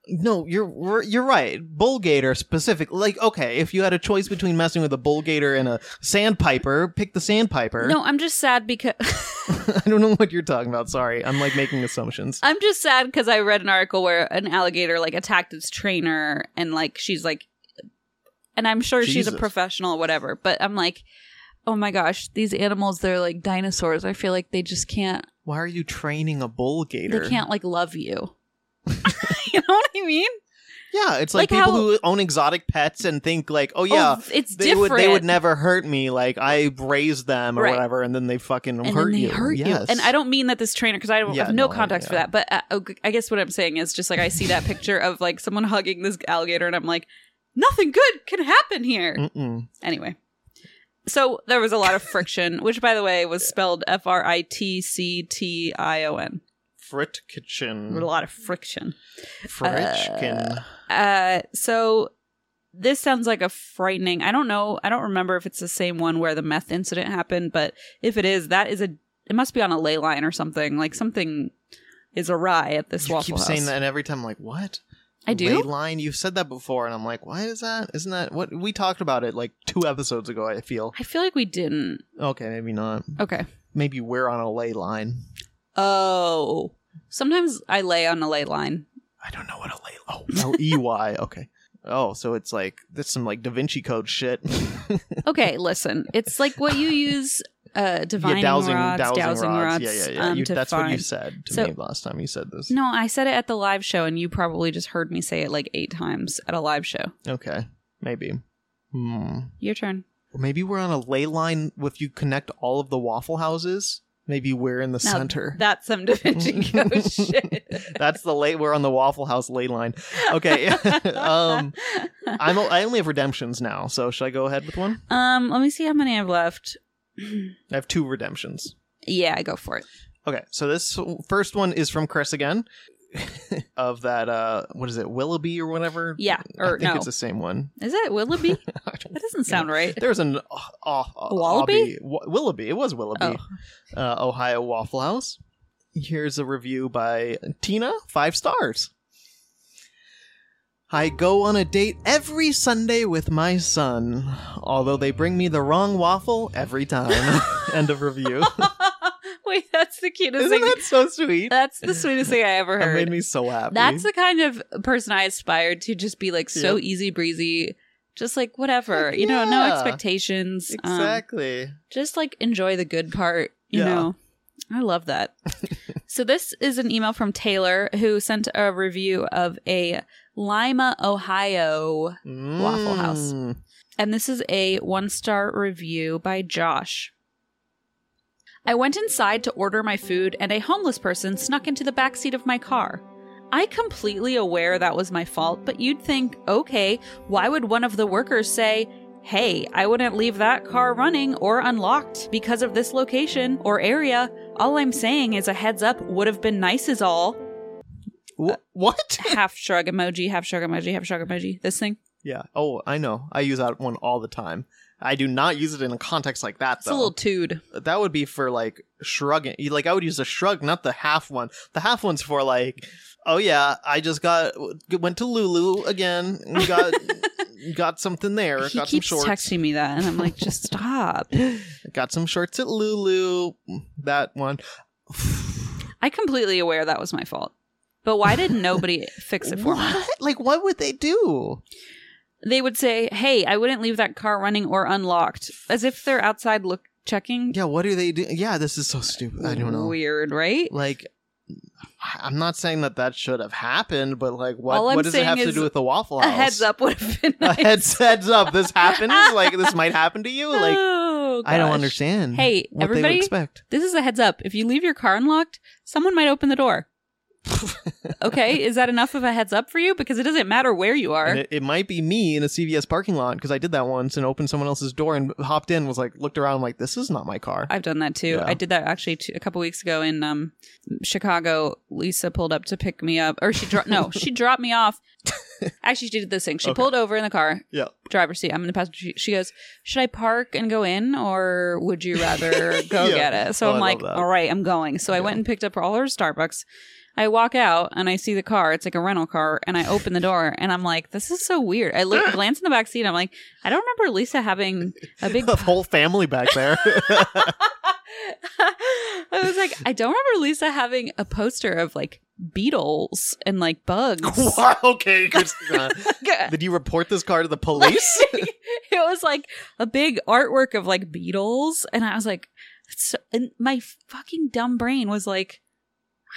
S2: No, you're we're- you're right. Bull gator specific. Like, okay, if you had a choice between messing with a bull gator and a sandpiper, pick the sandpiper.
S1: No, I'm just sad because
S2: I don't know what you're talking about. Sorry, I'm like making assumptions.
S1: I'm just sad because I read an article where an alligator like attacked its trainer, and like she's like, and I'm sure she's a
S2: Jesus.
S1: professional, or whatever. But I'm like, oh my gosh, these animals, they're like dinosaurs. I feel like they just can't,
S2: Why are you training a bull gator?
S1: they can't like love you. you know what I mean?
S2: Yeah, it's like,
S1: Like
S2: people
S1: how-
S2: who own exotic pets and think like, oh yeah,
S1: Oh, it's
S2: they
S1: different.
S2: would they would never hurt me. Like I raised them or
S1: Right.
S2: whatever, and then they fucking
S1: and
S2: hurt
S1: then they
S2: you.
S1: hurt you.
S2: Yes.
S1: And I don't mean that this trainer because I don't
S2: Yeah,
S1: have no,
S2: no, I-
S1: context for
S2: yeah.
S1: that. But uh, oh, I guess what I'm saying is just like I see that picture of like someone hugging this alligator, and I'm like, nothing good can happen here.
S2: Mm-mm.
S1: Anyway, so there was a lot of friction, which by the way was spelled F R I T C T I O N. A
S2: Fritkin.
S1: lot of friction.
S2: Fritkin.
S1: Uh, so this sounds like a frightening. I don't know. I don't remember if it's the same one where the meth incident happened, but if it is, that is a. It must be on a ley line or something. Like something is awry at this
S2: you
S1: waffle
S2: keep
S1: house.
S2: saying that, and every time I'm like, what?
S1: I do?
S2: Ley line. You've said that before, and I'm like, why is that? Isn't that what we talked about it like two episodes ago? I feel
S1: I feel like we didn't.
S2: okay, maybe not.
S1: Okay.
S2: Maybe we're on a ley line.
S1: Oh. Sometimes I lay on a ley line.
S2: I don't know what a lay. Oh, oh, EY. Okay. Oh, so it's like that's some like Da Vinci Code shit.
S1: Okay, listen. It's like what you use uh divining
S2: yeah, dowsing,
S1: rods,
S2: dowsing, rods. Yeah,
S1: rods,
S2: yeah, yeah.
S1: um,
S2: you,
S1: to
S2: that's what you
S1: find-
S2: said to
S1: So-
S2: me last time you said this.
S1: No, I said it at the live show, and you probably just heard me say it like eight times at a live show.
S2: Okay, maybe. Hmm.
S1: Your turn.
S2: Or Maybe we're on a ley line. If you connect all of the waffle houses, maybe we're in the
S1: Now,
S2: center.
S1: That's some Da Vinci Code shit.
S2: That's the late. We're on the Waffle House ley line. Okay. um, I'm. I only have redemptions now. So should I go ahead with one?
S1: Um, let me see how many I've left.
S2: I have two redemptions.
S1: Yeah, go for it.
S2: Okay. So this first one is from Chris again, of that. Uh, what is it? Willoughby or whatever.
S1: Yeah,
S2: I
S1: or
S2: think
S1: no?
S2: it's the same one.
S1: Is it Willoughby?
S2: I don't-
S1: That doesn't sound right.
S2: There's an uh, uh,
S1: A wallaby? Oh.
S2: obby- wa- Willoughby. It was Willoughby. Uh, Ohio Waffle House. Here's a review by Tina. Five stars. I go on a date every Sunday with my son, although they bring me the wrong waffle every time. End of review.
S1: Wait, that's the cutest
S2: Isn't
S1: thing.
S2: that so sweet?
S1: That's the sweetest thing I ever
S2: That
S1: heard.
S2: made me so happy.
S1: That's the kind of person I aspired to just be like so easy breezy, just like whatever,
S2: Heck
S1: you know, no
S2: yeah.
S1: expectations. um,
S2: exactly.
S1: just like enjoy the good part, you
S2: Yeah.
S1: know. I love that. so this is an email from Taylor who sent a review of a Lima, Ohio, Waffle House.
S2: Mm.
S1: and this is a one-star review by Josh. I went inside to order my food and a homeless person snuck into the back seat of my car. I completely aware that was my fault, but you'd think, okay, why would one of the workers say, "Hey, I wouldn't leave that car running or unlocked because of this location or area. All I'm saying is a heads up would have been nice as all." Uh,
S2: Wh- what?
S1: half shrug emoji, half shrug emoji, half shrug emoji. This thing.
S2: Yeah. Oh, I know. I use that one all the time. I do not use it in a context like that
S1: It's
S2: though.
S1: a little tood.
S2: that would be for like shrugging. You- Like I would use a shrug, not the half one. The half one's for like, oh yeah, I just got went to Lulu again and got got something there.
S1: He
S2: got
S1: keeps
S2: some shorts.
S1: texting me that, and I'm like, just stop.
S2: Got some shorts at Lulu. That one.
S1: I completely aware that was my fault. But why did nobody fix it for me?
S2: What? Like what would they do?
S1: They would say, "Hey, I wouldn't leave that car running or unlocked," as if they're outside look checking.
S2: Yeah, what do they do? Yeah, this is so stupid. I don't know.
S1: Weird, right?
S2: Like. I'm not saying that that should have happened, but like, what,
S1: All I'm
S2: what does it
S1: saying
S2: have to
S1: is
S2: do with the Waffle
S1: A
S2: House?
S1: heads up would have been
S2: a
S1: nice.
S2: heads heads up. This happens. Like this might happen to you. Like
S1: Oh,
S2: I don't
S1: gosh.
S2: understand.
S1: Hey,
S2: what they
S1: everybody-
S2: would expect.
S1: This is a heads up. If you leave your car unlocked, someone might open the door. okay, is that enough of a heads up for you? Because it doesn't matter where you are.
S2: And it, it might be me in a CVS parking lot because I did that once and opened someone else's door and hopped in. Was like looked around like this is not my car.
S1: I've done that too.
S2: Yeah.
S1: I did that actually two, a couple weeks ago in um, Chicago. Lisa pulled up to pick me up, or she dropped. no, she dropped me off. Actually, she did this thing. She pulled over in the car,
S2: yeah,
S1: driver's seat. I'm in the passenger seat. She goes, "Should I park and go in, or would you rather go
S2: Yeah.
S1: get it?" So
S2: Oh, I
S1: I'm
S2: love
S1: like,
S2: that.
S1: "All right, I'm going." So I went and picked up all her Starbucks. I walk out and I see the car. It's like a rental car, and I open the door and I'm like, "This is so weird." I look, glance in the back seat. I'm like, "I don't remember Lisa having a big
S2: the whole family back there.
S1: I was like, I don't remember Lisa having a poster of like beetles and like bugs.
S2: What? okay, Christina.
S1: it
S2: did you report this car to the police?
S1: was like a big artwork of like beetles, and I was like, so, and my fucking dumb brain was like,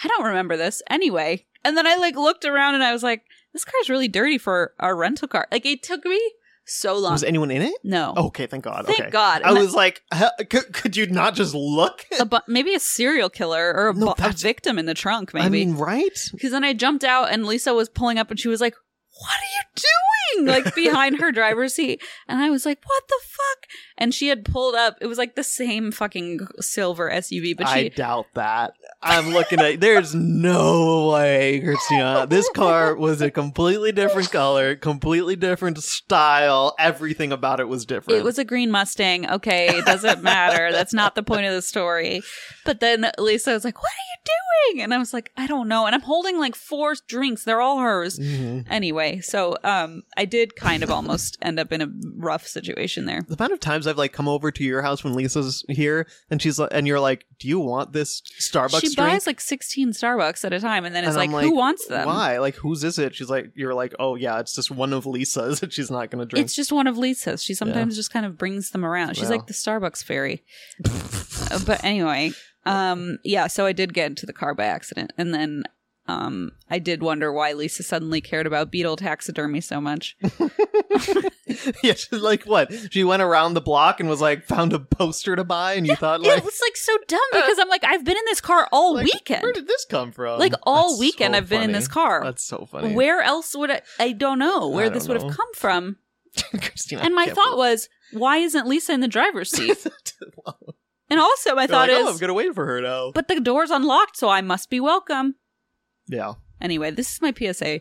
S1: I don't remember this anyway. And then I like looked around and I was like, this car's really dirty for our rental car. Like it took me so long.
S2: was Oh, anyone in it?
S1: no.
S2: Okay, thank God.
S1: Oh. Thank
S2: okay.
S1: God.
S2: I
S1: And
S2: was like, huh, could, could you not just look?
S1: a bu- maybe a serial killer or a,
S2: No,
S1: bu- a
S2: that's-
S1: victim in the trunk, maybe.
S2: I mean, right?
S1: Because then I jumped out and Lisa was pulling up and she was like, What are you doing? Like behind her driver's seat. And I was like, What the fuck? And she had pulled up. It was like the same fucking silver SUV, but
S2: I
S1: she.
S2: doubt that. I'm looking at. There's no way, Christina. This car was a completely different color, completely different style. Everything about it was different.
S1: It was a green Mustang. Okay, it doesn't matter. That's not the point of the story. But then Lisa was like, What are you doing? And I was like, I don't know. And I'm holding like four drinks. They're all hers.
S2: Mhm.
S1: Anyway, so um, I did kind of almost end up in a rough situation there.
S2: The amount of times I've like come over to your house when Lisa's here, and she's like, and you're like, "Do you want this Starbucks?"
S1: she
S2: drink?"
S1: buys like 16 Starbucks at a time and then it's
S2: And
S1: like,
S2: I'm
S1: who wants them?
S2: Why? Like, whose is it? She's like, you're like, oh yeah, it's just one of Lisa's, and she's not gonna drink.
S1: It's just one of Lisa's. She sometimes just kind of brings them around. She's
S2: Well.
S1: like the Starbucks fairy. Uh, but anyway, um yeah, so I did get into the car by accident and then um I did wonder why Lisa suddenly cared about beetle taxidermy so much.
S2: yeah, she's like, what? She went around the block and was like, found a poster to buy, and you thought like, Uh,
S1: it was like so dumb because I'm like I've been in this car all
S2: Like,
S1: weekend.
S2: Where did this come from?
S1: Like, all
S2: That's
S1: weekend I've been in this car.
S2: That's so funny.
S1: Where else would I I don't know where
S2: I
S1: this
S2: don't
S1: would
S2: know.
S1: have come from.
S2: Christina,
S1: And my
S2: can't
S1: thought was, why isn't Lisa in the driver's seat?
S2: believe-
S1: and also my
S2: You're like,
S1: thought
S2: oh,
S1: is
S2: I'm gonna wait for her now.
S1: but the door's unlocked, so I must be welcome.
S2: yeah,
S1: Anyway, this is my PSA.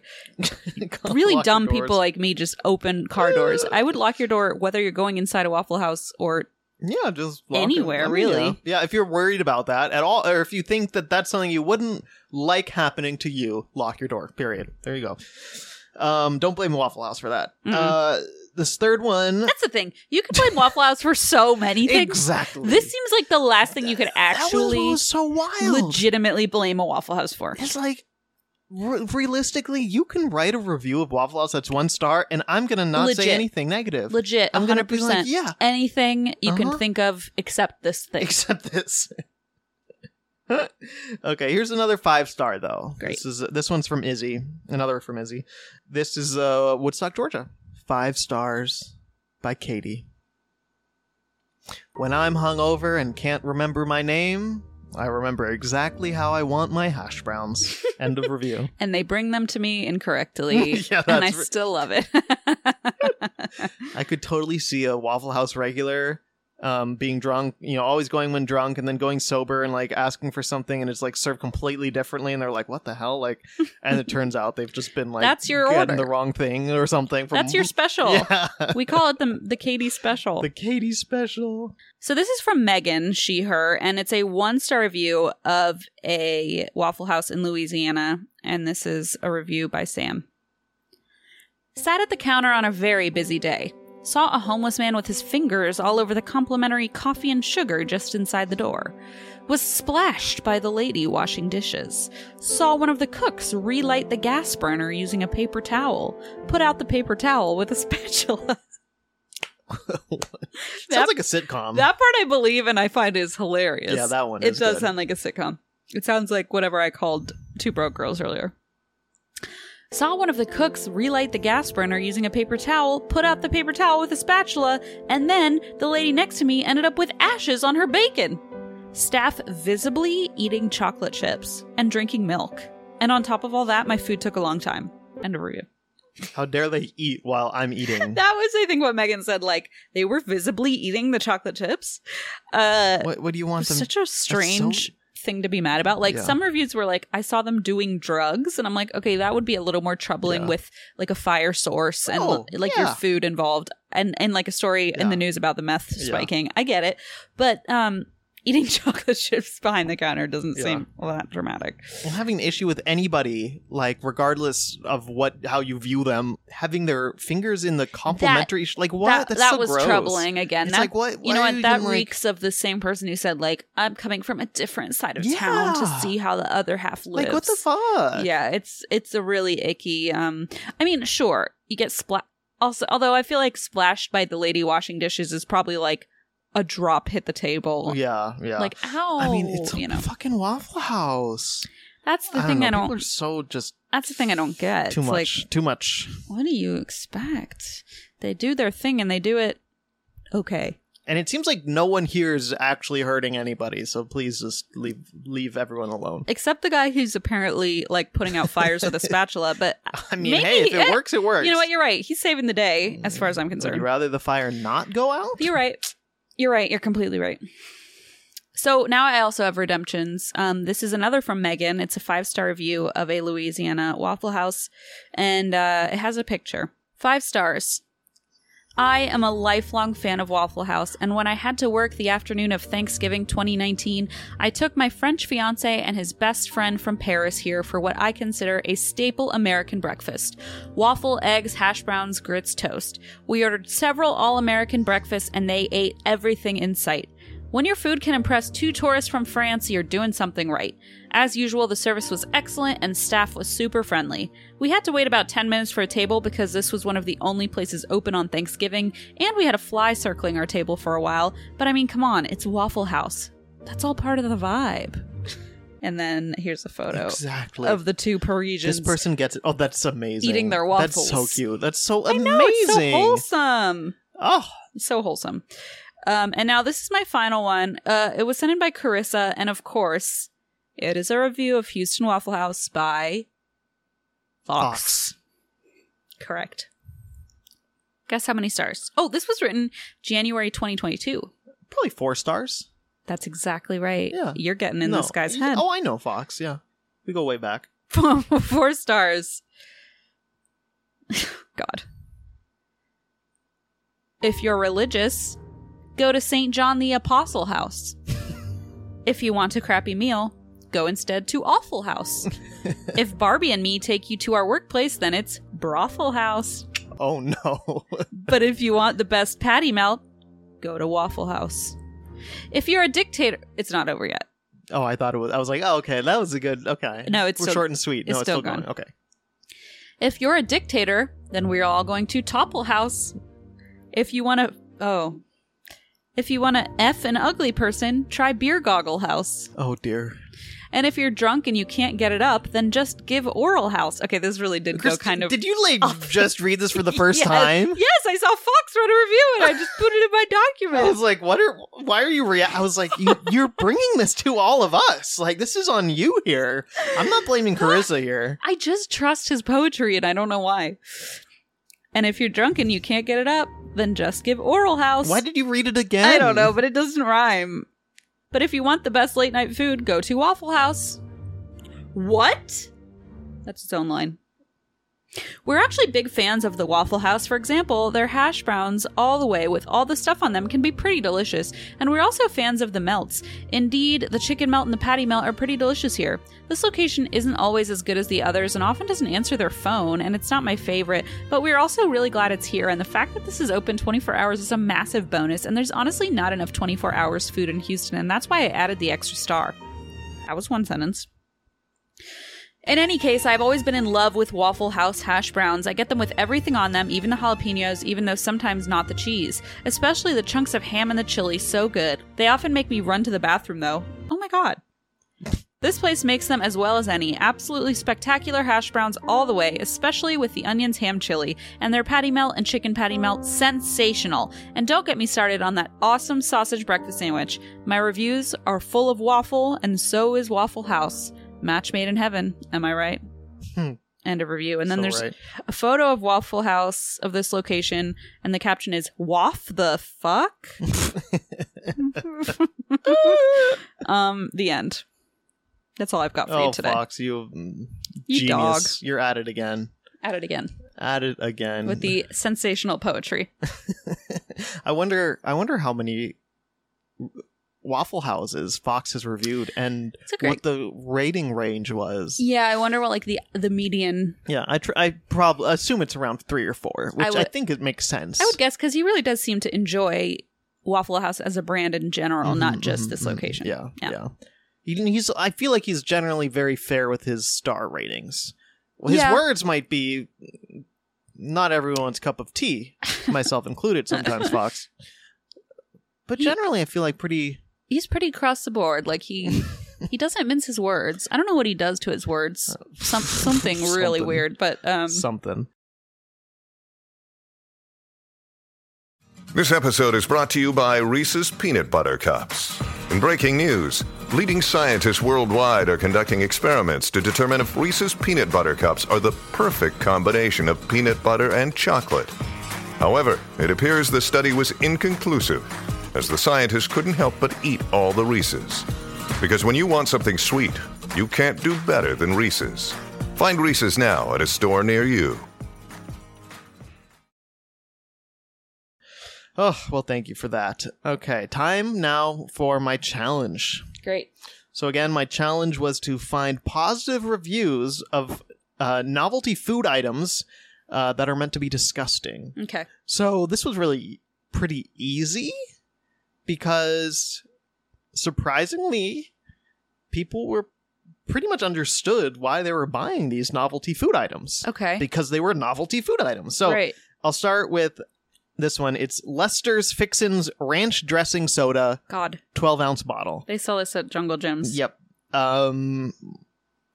S1: Really
S2: Lock your
S1: dumb
S2: doors.
S1: people like me just open car doors. I would lock your door whether you're going inside a Waffle House or
S2: Yeah, just lock it.
S1: Anywhere,
S2: I mean,
S1: really.
S2: Yeah. yeah, if you're worried about that at all, or if you think that that's something you wouldn't like happening to you, lock your door. Period. There you go. Um, don't blame Waffle House for that.
S1: Mm-mm.
S2: Uh, this third one,
S1: that's the thing. You can blame Waffle House for so many things.
S2: exactly.
S1: This seems like the last thing you could
S2: that was,
S1: actually
S2: what was so wild.
S1: legitimately blame a Waffle House for.
S2: It's like re- realistically, you can write a review of Waffle House that's one star, and I'm gonna not say
S1: Legit.
S2: anything negative.
S1: Legit,
S2: I'm gonna
S1: 100%.
S2: be like, yeah.
S1: Anything you
S2: Uh-huh.
S1: can think of except this thing.
S2: except this. okay, here's another five star though.
S1: Great.
S2: This is this one's from Izzy. Another from Izzy. This is uh, Woodstock, Georgia. Five stars by Katie. When I'm hungover and can't remember my name, I remember exactly how I want my hash browns. End of review.
S1: and they bring them to me incorrectly.
S2: Yeah,
S1: and I
S2: that's re-
S1: still love it.
S2: I could totally see a Waffle House regular um, being drunk, you know, always going when drunk and then going sober and like asking for something and it's like served completely differently and they're like, what the hell? Like, and it turns out they've just been like,
S1: That's your
S2: getting
S1: order.
S2: the wrong thing or something. From,
S1: That's your special.
S2: Yeah.
S1: We call it the the Katie special.
S2: the Katie special.
S1: So this is from Megan, she, her, and it's a one star review of a Waffle House in Louisiana. And this is a review by Sam. Sat at the counter on a very busy day. Saw a homeless man with his fingers all over the complimentary coffee and sugar just inside the door. Was splashed by the lady washing dishes. Saw one of the cooks relight the gas burner using a paper towel. Put out the paper towel with a spatula.
S2: Sounds like a sitcom.
S1: That part I believe and I find is hilarious.
S2: Yeah, that one
S1: It
S2: is
S1: does
S2: good.
S1: sound like a sitcom. It sounds like whatever I called Two Broke Girls earlier. Saw one of the cooks relight the gas burner using a paper towel, put out the paper towel with a spatula, and then the lady next to me ended up with ashes on her bacon. Staff visibly eating chocolate chips and drinking milk. And on top of all that, my food took a long time. End of review.
S2: How dare they eat while I'm eating?
S1: That was, I think, what Megan said. Like, they were visibly eating the chocolate chips. Uh,
S2: what, what do you want them
S1: such a strange thing to be mad about. Like
S2: Yeah.
S1: some reviews were like, I saw them doing drugs, and I'm like, okay, that would be a little more troubling
S2: Yeah.
S1: with like a fire source and
S2: Oh,
S1: like
S2: yeah.
S1: your food involved, and and like a story in
S2: Yeah.
S1: the news about the meth
S2: Yeah.
S1: spiking. I get it, but um, eating chocolate chips behind the counter doesn't
S2: Yeah.
S1: seem all that dramatic.
S2: and having an issue with anybody, like regardless of what how you view them, having their fingers in the complimentary, sh- like what
S1: That,
S2: That's
S1: that
S2: so
S1: was
S2: gross.
S1: troubling again.
S2: It's
S1: That-
S2: like, what-
S1: you
S2: why
S1: know
S2: are
S1: what?
S2: you
S1: that
S2: even, like-
S1: reeks of the same person who said, like, I'm coming from a different side of town to
S2: Yeah.
S1: see how the other half lives.
S2: Like what the fuck?
S1: yeah it's it's a really icky um i mean sure you get splat also although i feel like splashed by the lady washing dishes is probably like a drop hit the table
S2: yeah, yeah.
S1: like how
S2: I mean, it's a
S1: you know
S2: fucking Waffle House.
S1: that's the
S2: I
S1: thing
S2: don't know.
S1: i don't
S2: People are so just
S1: that's the thing i don't get
S2: too
S1: it's
S2: much.
S1: like
S2: too much.
S1: what do you expect they do their thing and they do it okay
S2: And it seems like no one here is actually hurting anybody. So please just leave leave everyone alone.
S1: except the guy who's apparently like putting out fires with a spatula but
S2: I mean,
S1: maybe-
S2: hey, if it
S1: eh,
S2: works, it works.
S1: you know what you're right he's saving the day as far as i'm
S2: Would
S1: concerned
S2: you rather the fire not go out?
S1: You're right. You're right. You're completely right. So now I also have redemptions. Um, this is another from Megan. It's a five star review of a Louisiana Waffle House, and uh, it has a picture. Five stars. I am a lifelong fan of Waffle House, and when I had to work the afternoon of Thanksgiving 2019, I took my French fiance and his best friend from Paris here for what I consider a staple American breakfast waffle, eggs, hash browns, grits, toast. We ordered several all American breakfasts, and they ate everything in sight. When your food can impress two tourists from France, you're doing something right. As usual, the service was excellent and staff was super friendly. We had to wait about 10 minutes for a table because this was one of the only places open on Thanksgiving, and we had a fly circling our table for a while. But I mean, come on, it's Waffle House. That's all part of the vibe. And then here's a photo
S2: Exactly.
S1: of the two Parisians.
S2: this person gets it. Oh, that's amazing.
S1: Eating their
S2: That's so
S1: waffles.
S2: cute. That's so
S1: I
S2: amazing.
S1: know, it's so wholesome.
S2: Oh,
S1: so wholesome. Um, and now this is my final one. Uh, it was sent in by Carissa, and of course, it is a review of Houston Waffle House by Fox. Correct. Guess how many stars? Oh, this was written January 2022.
S2: probably four stars.
S1: That's exactly right.
S2: Yeah.
S1: You're getting in
S2: No.
S1: this guy's head.
S2: Oh, I know Fox. Yeah, we go way back.
S1: Four stars. God. If you're religious, go to St. John the Apostle House. if you want a crappy meal, go instead to Awful House. if Barbie and me take you to our workplace, then it's Brothel House.
S2: Oh no.
S1: But if you want the best patty melt, go to Waffle House. If you're a dictator, it's not over yet.
S2: oh, I thought it was. I was like, oh, okay, that was a good. Okay.
S1: No, it's
S2: We're
S1: still-
S2: short and sweet. no,
S1: it's
S2: it's still,
S1: still
S2: going.
S1: gone.
S2: Okay.
S1: If you're a dictator, then we're all going to Topple House. If you want to, oh, if you want to f an ugly person, try Beer Goggle House.
S2: Oh dear.
S1: And if you're drunk and you can't get it up, then just give Oral House. Okay, this really did go
S2: Christ-
S1: kind of.
S2: Did you like just read this for the first
S1: Yes.
S2: time?
S1: Yes, I saw Fox wrote a review, and I just put it in my
S2: I was
S1: document.
S2: like, what are? Why are you? Rea- I was like, you, you're bringing this to all of us. Like, this is on you here. I'm not blaming Carissa here.
S1: I just trust his poetry, and I don't know why. And if you're drunk and you can't get it up, then just give Oral House.
S2: Why did you read it again?
S1: I don't know, but it doesn't rhyme. But if you want the best late night food, go to Waffle House. What? That's its own line. We're actually big fans of the Waffle House. For example, their hash browns all the way with all the stuff on them can be pretty delicious, and we're also fans of the melts. Indeed, the chicken melt and the patty melt are pretty delicious here. This location isn't always as good as the others and often doesn't answer their phone, and it's not my favorite, but we're also really glad it's here, and the fact that this is open 24 hours is a massive bonus, and there's honestly not enough 24 hours food in Houston, and that's why I added the extra star. That was one sentence. In any case, I've always been in love with Waffle House hash browns. I get them with everything on them, even the jalapenos, even though sometimes not the cheese. Especially the chunks of ham and the chili, so good. They often make me run to the bathroom, though. Oh my god. This place makes them as well as any. Absolutely spectacular hash browns all the way, especially with the onions ham chili, and their patty melt and chicken patty melt sensational. And don't get me started on that awesome sausage breakfast sandwich. My reviews are full of waffle, and so is Waffle House. Match made in heaven, am I right? End of review. And then
S2: Hmm. So
S1: there's
S2: right.
S1: a photo of Waffle House of this location, and the caption is "Waff the fuck." um, the end. That's all I've got for
S2: Oh,
S1: you today.
S2: Fox, you, mm,
S1: You
S2: genius.
S1: dog.
S2: You're at it again.
S1: At it again
S2: At it again.
S1: with the sensational poetry.
S2: I wonder. I wonder how many waffle houses Fox has reviewed and
S1: It's a great-
S2: what the rating range was.
S1: Yeah, I wonder what like the the median.
S2: Yeah, I tr- I probably assume it's around three or four, which I,
S1: would-
S2: think it makes sense.
S1: I would guess because he really does seem to enjoy Waffle House as a brand in general, not just this location.
S2: Mm-hmm, Yeah, yeah. He- he's. I feel like he's generally very fair with his star ratings. Well, his
S1: Yeah.
S2: words might be not everyone's cup of tea, myself included. Sometimes Fox, but generally, I feel like pretty.
S1: He's pretty across the board. Like he he doesn't mince his words. I don't know what he does to his words. Some, something really
S2: Something.
S1: weird, but um,
S2: something.
S4: This episode is brought to you by Reese's Peanut Butter Cups. In breaking news, leading scientists worldwide are conducting experiments to determine if Reese's Peanut Butter Cups are the perfect combination of peanut butter and chocolate. However, it appears the study was inconclusive, as the scientists couldn't help but eat all the Reese's. Because when you want something sweet, you can't do better than Reese's. Find Reese's now at a store near you.
S2: Oh well, thank you for that. Okay, time now for my challenge.
S1: great.
S2: So again, my challenge was to find positive reviews of uh, novelty food items uh, that are meant to be disgusting.
S1: Okay.
S2: So this was really e-, pretty easy because surprisingly, people were pretty much understood why they were buying these novelty food items
S1: Okay.
S2: because they were novelty food items. So
S1: Great.
S2: I'll start with this one. It's Lester's Fixin's Ranch Dressing Soda,
S1: God,
S2: twelve ounce bottle.
S1: they sell this at Jungle Gyms.
S2: Yep. Um,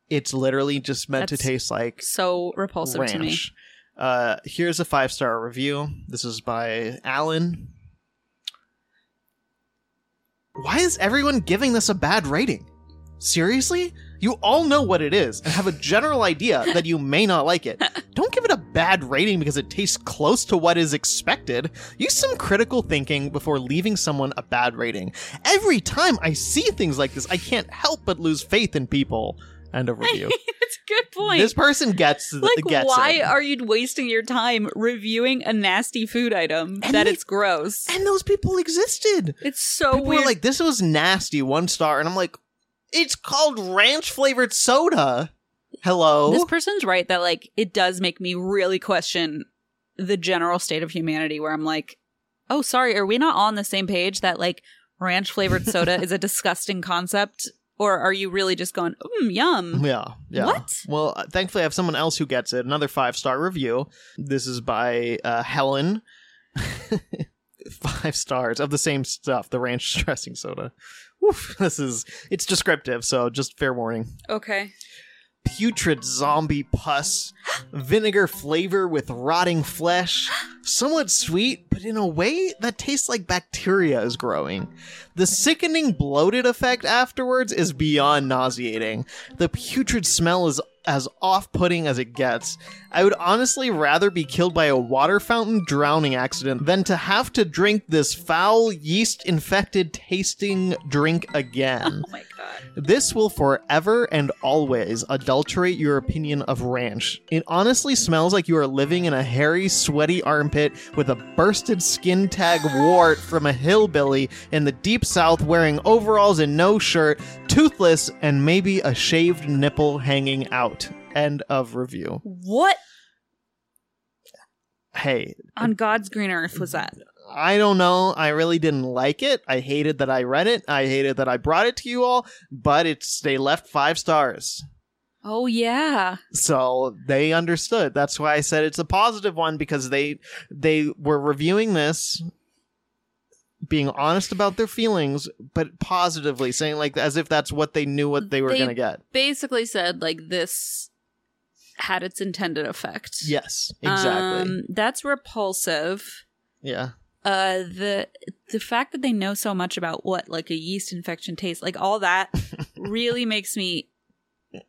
S2: it's literally just meant
S1: That's
S2: to taste like
S1: So repulsive to me.
S2: ranch. Uh, here's a five star review. This is by Alan. Why is everyone giving this a bad rating? Seriously? You all know what it is and have a general idea that you may not like it. Don't give it a bad rating because it tastes close to what is expected. Use some critical thinking before leaving someone a bad rating. Every time I see things like this, I can't help but lose faith in people. End of review.
S1: it's a good point.
S2: This person gets th-
S1: like,
S2: gets
S1: why
S2: it.
S1: are you wasting your time reviewing a nasty food item
S2: And
S1: that
S2: they-
S1: it's gross?
S2: and those people existed.
S1: It's so
S2: people
S1: weird.
S2: were like, "This was nasty, one star," and I'm like, "It's called ranch flavored soda." Hello,
S1: this person's right that like it does make me really question the general state of humanity. Where I'm like, oh, sorry, are we not all on the same page that like ranch flavored soda is a disgusting concept, or are you really just going, mm, yum?
S2: yeah, yeah.
S1: What?
S2: Well, uh, thankfully, I have someone else who gets it. Another five star review. This is by uh, Helen. five stars of the same stuff, the ranch dressing soda. Oof, this is it's descriptive, so just fair warning.
S1: Okay, Oh
S2: putrid zombie pus, vinegar flavor with rotting flesh, somewhat sweet, but in a way that tastes like bacteria is growing. The sickening bloated effect afterwards is beyond nauseating. The putrid smell is as off putting as it gets. I would honestly rather be killed by a water fountain drowning accident than to have to drink this foul, yeast infected tasting drink again.
S1: Oh my god.
S2: This will forever and always adulterate your opinion of ranch. It honestly smells like you are living in a hairy, sweaty armpit with a bursted skin tag wart from a hillbilly in the deep south wearing overalls and no shirt, toothless, and maybe a shaved nipple hanging out. End of review.
S1: What
S2: Hey,
S1: on God's green earth was that?
S2: I don't know. I really didn't like it. I hated that I read it. I hated that I brought it to you all, but it's they left five stars.
S1: Oh yeah.
S2: so they understood that's why i said it's a positive one because they they were reviewing this being honest about their feelings but positively saying like as if that's what they knew what they were
S1: They-
S2: going to get
S1: Basically said like this had its intended effect.
S2: yes exactly
S1: Um, that's repulsive.
S2: yeah
S1: Uh, the the fact that they know so much about what like a yeast infection tastes like, all that really makes me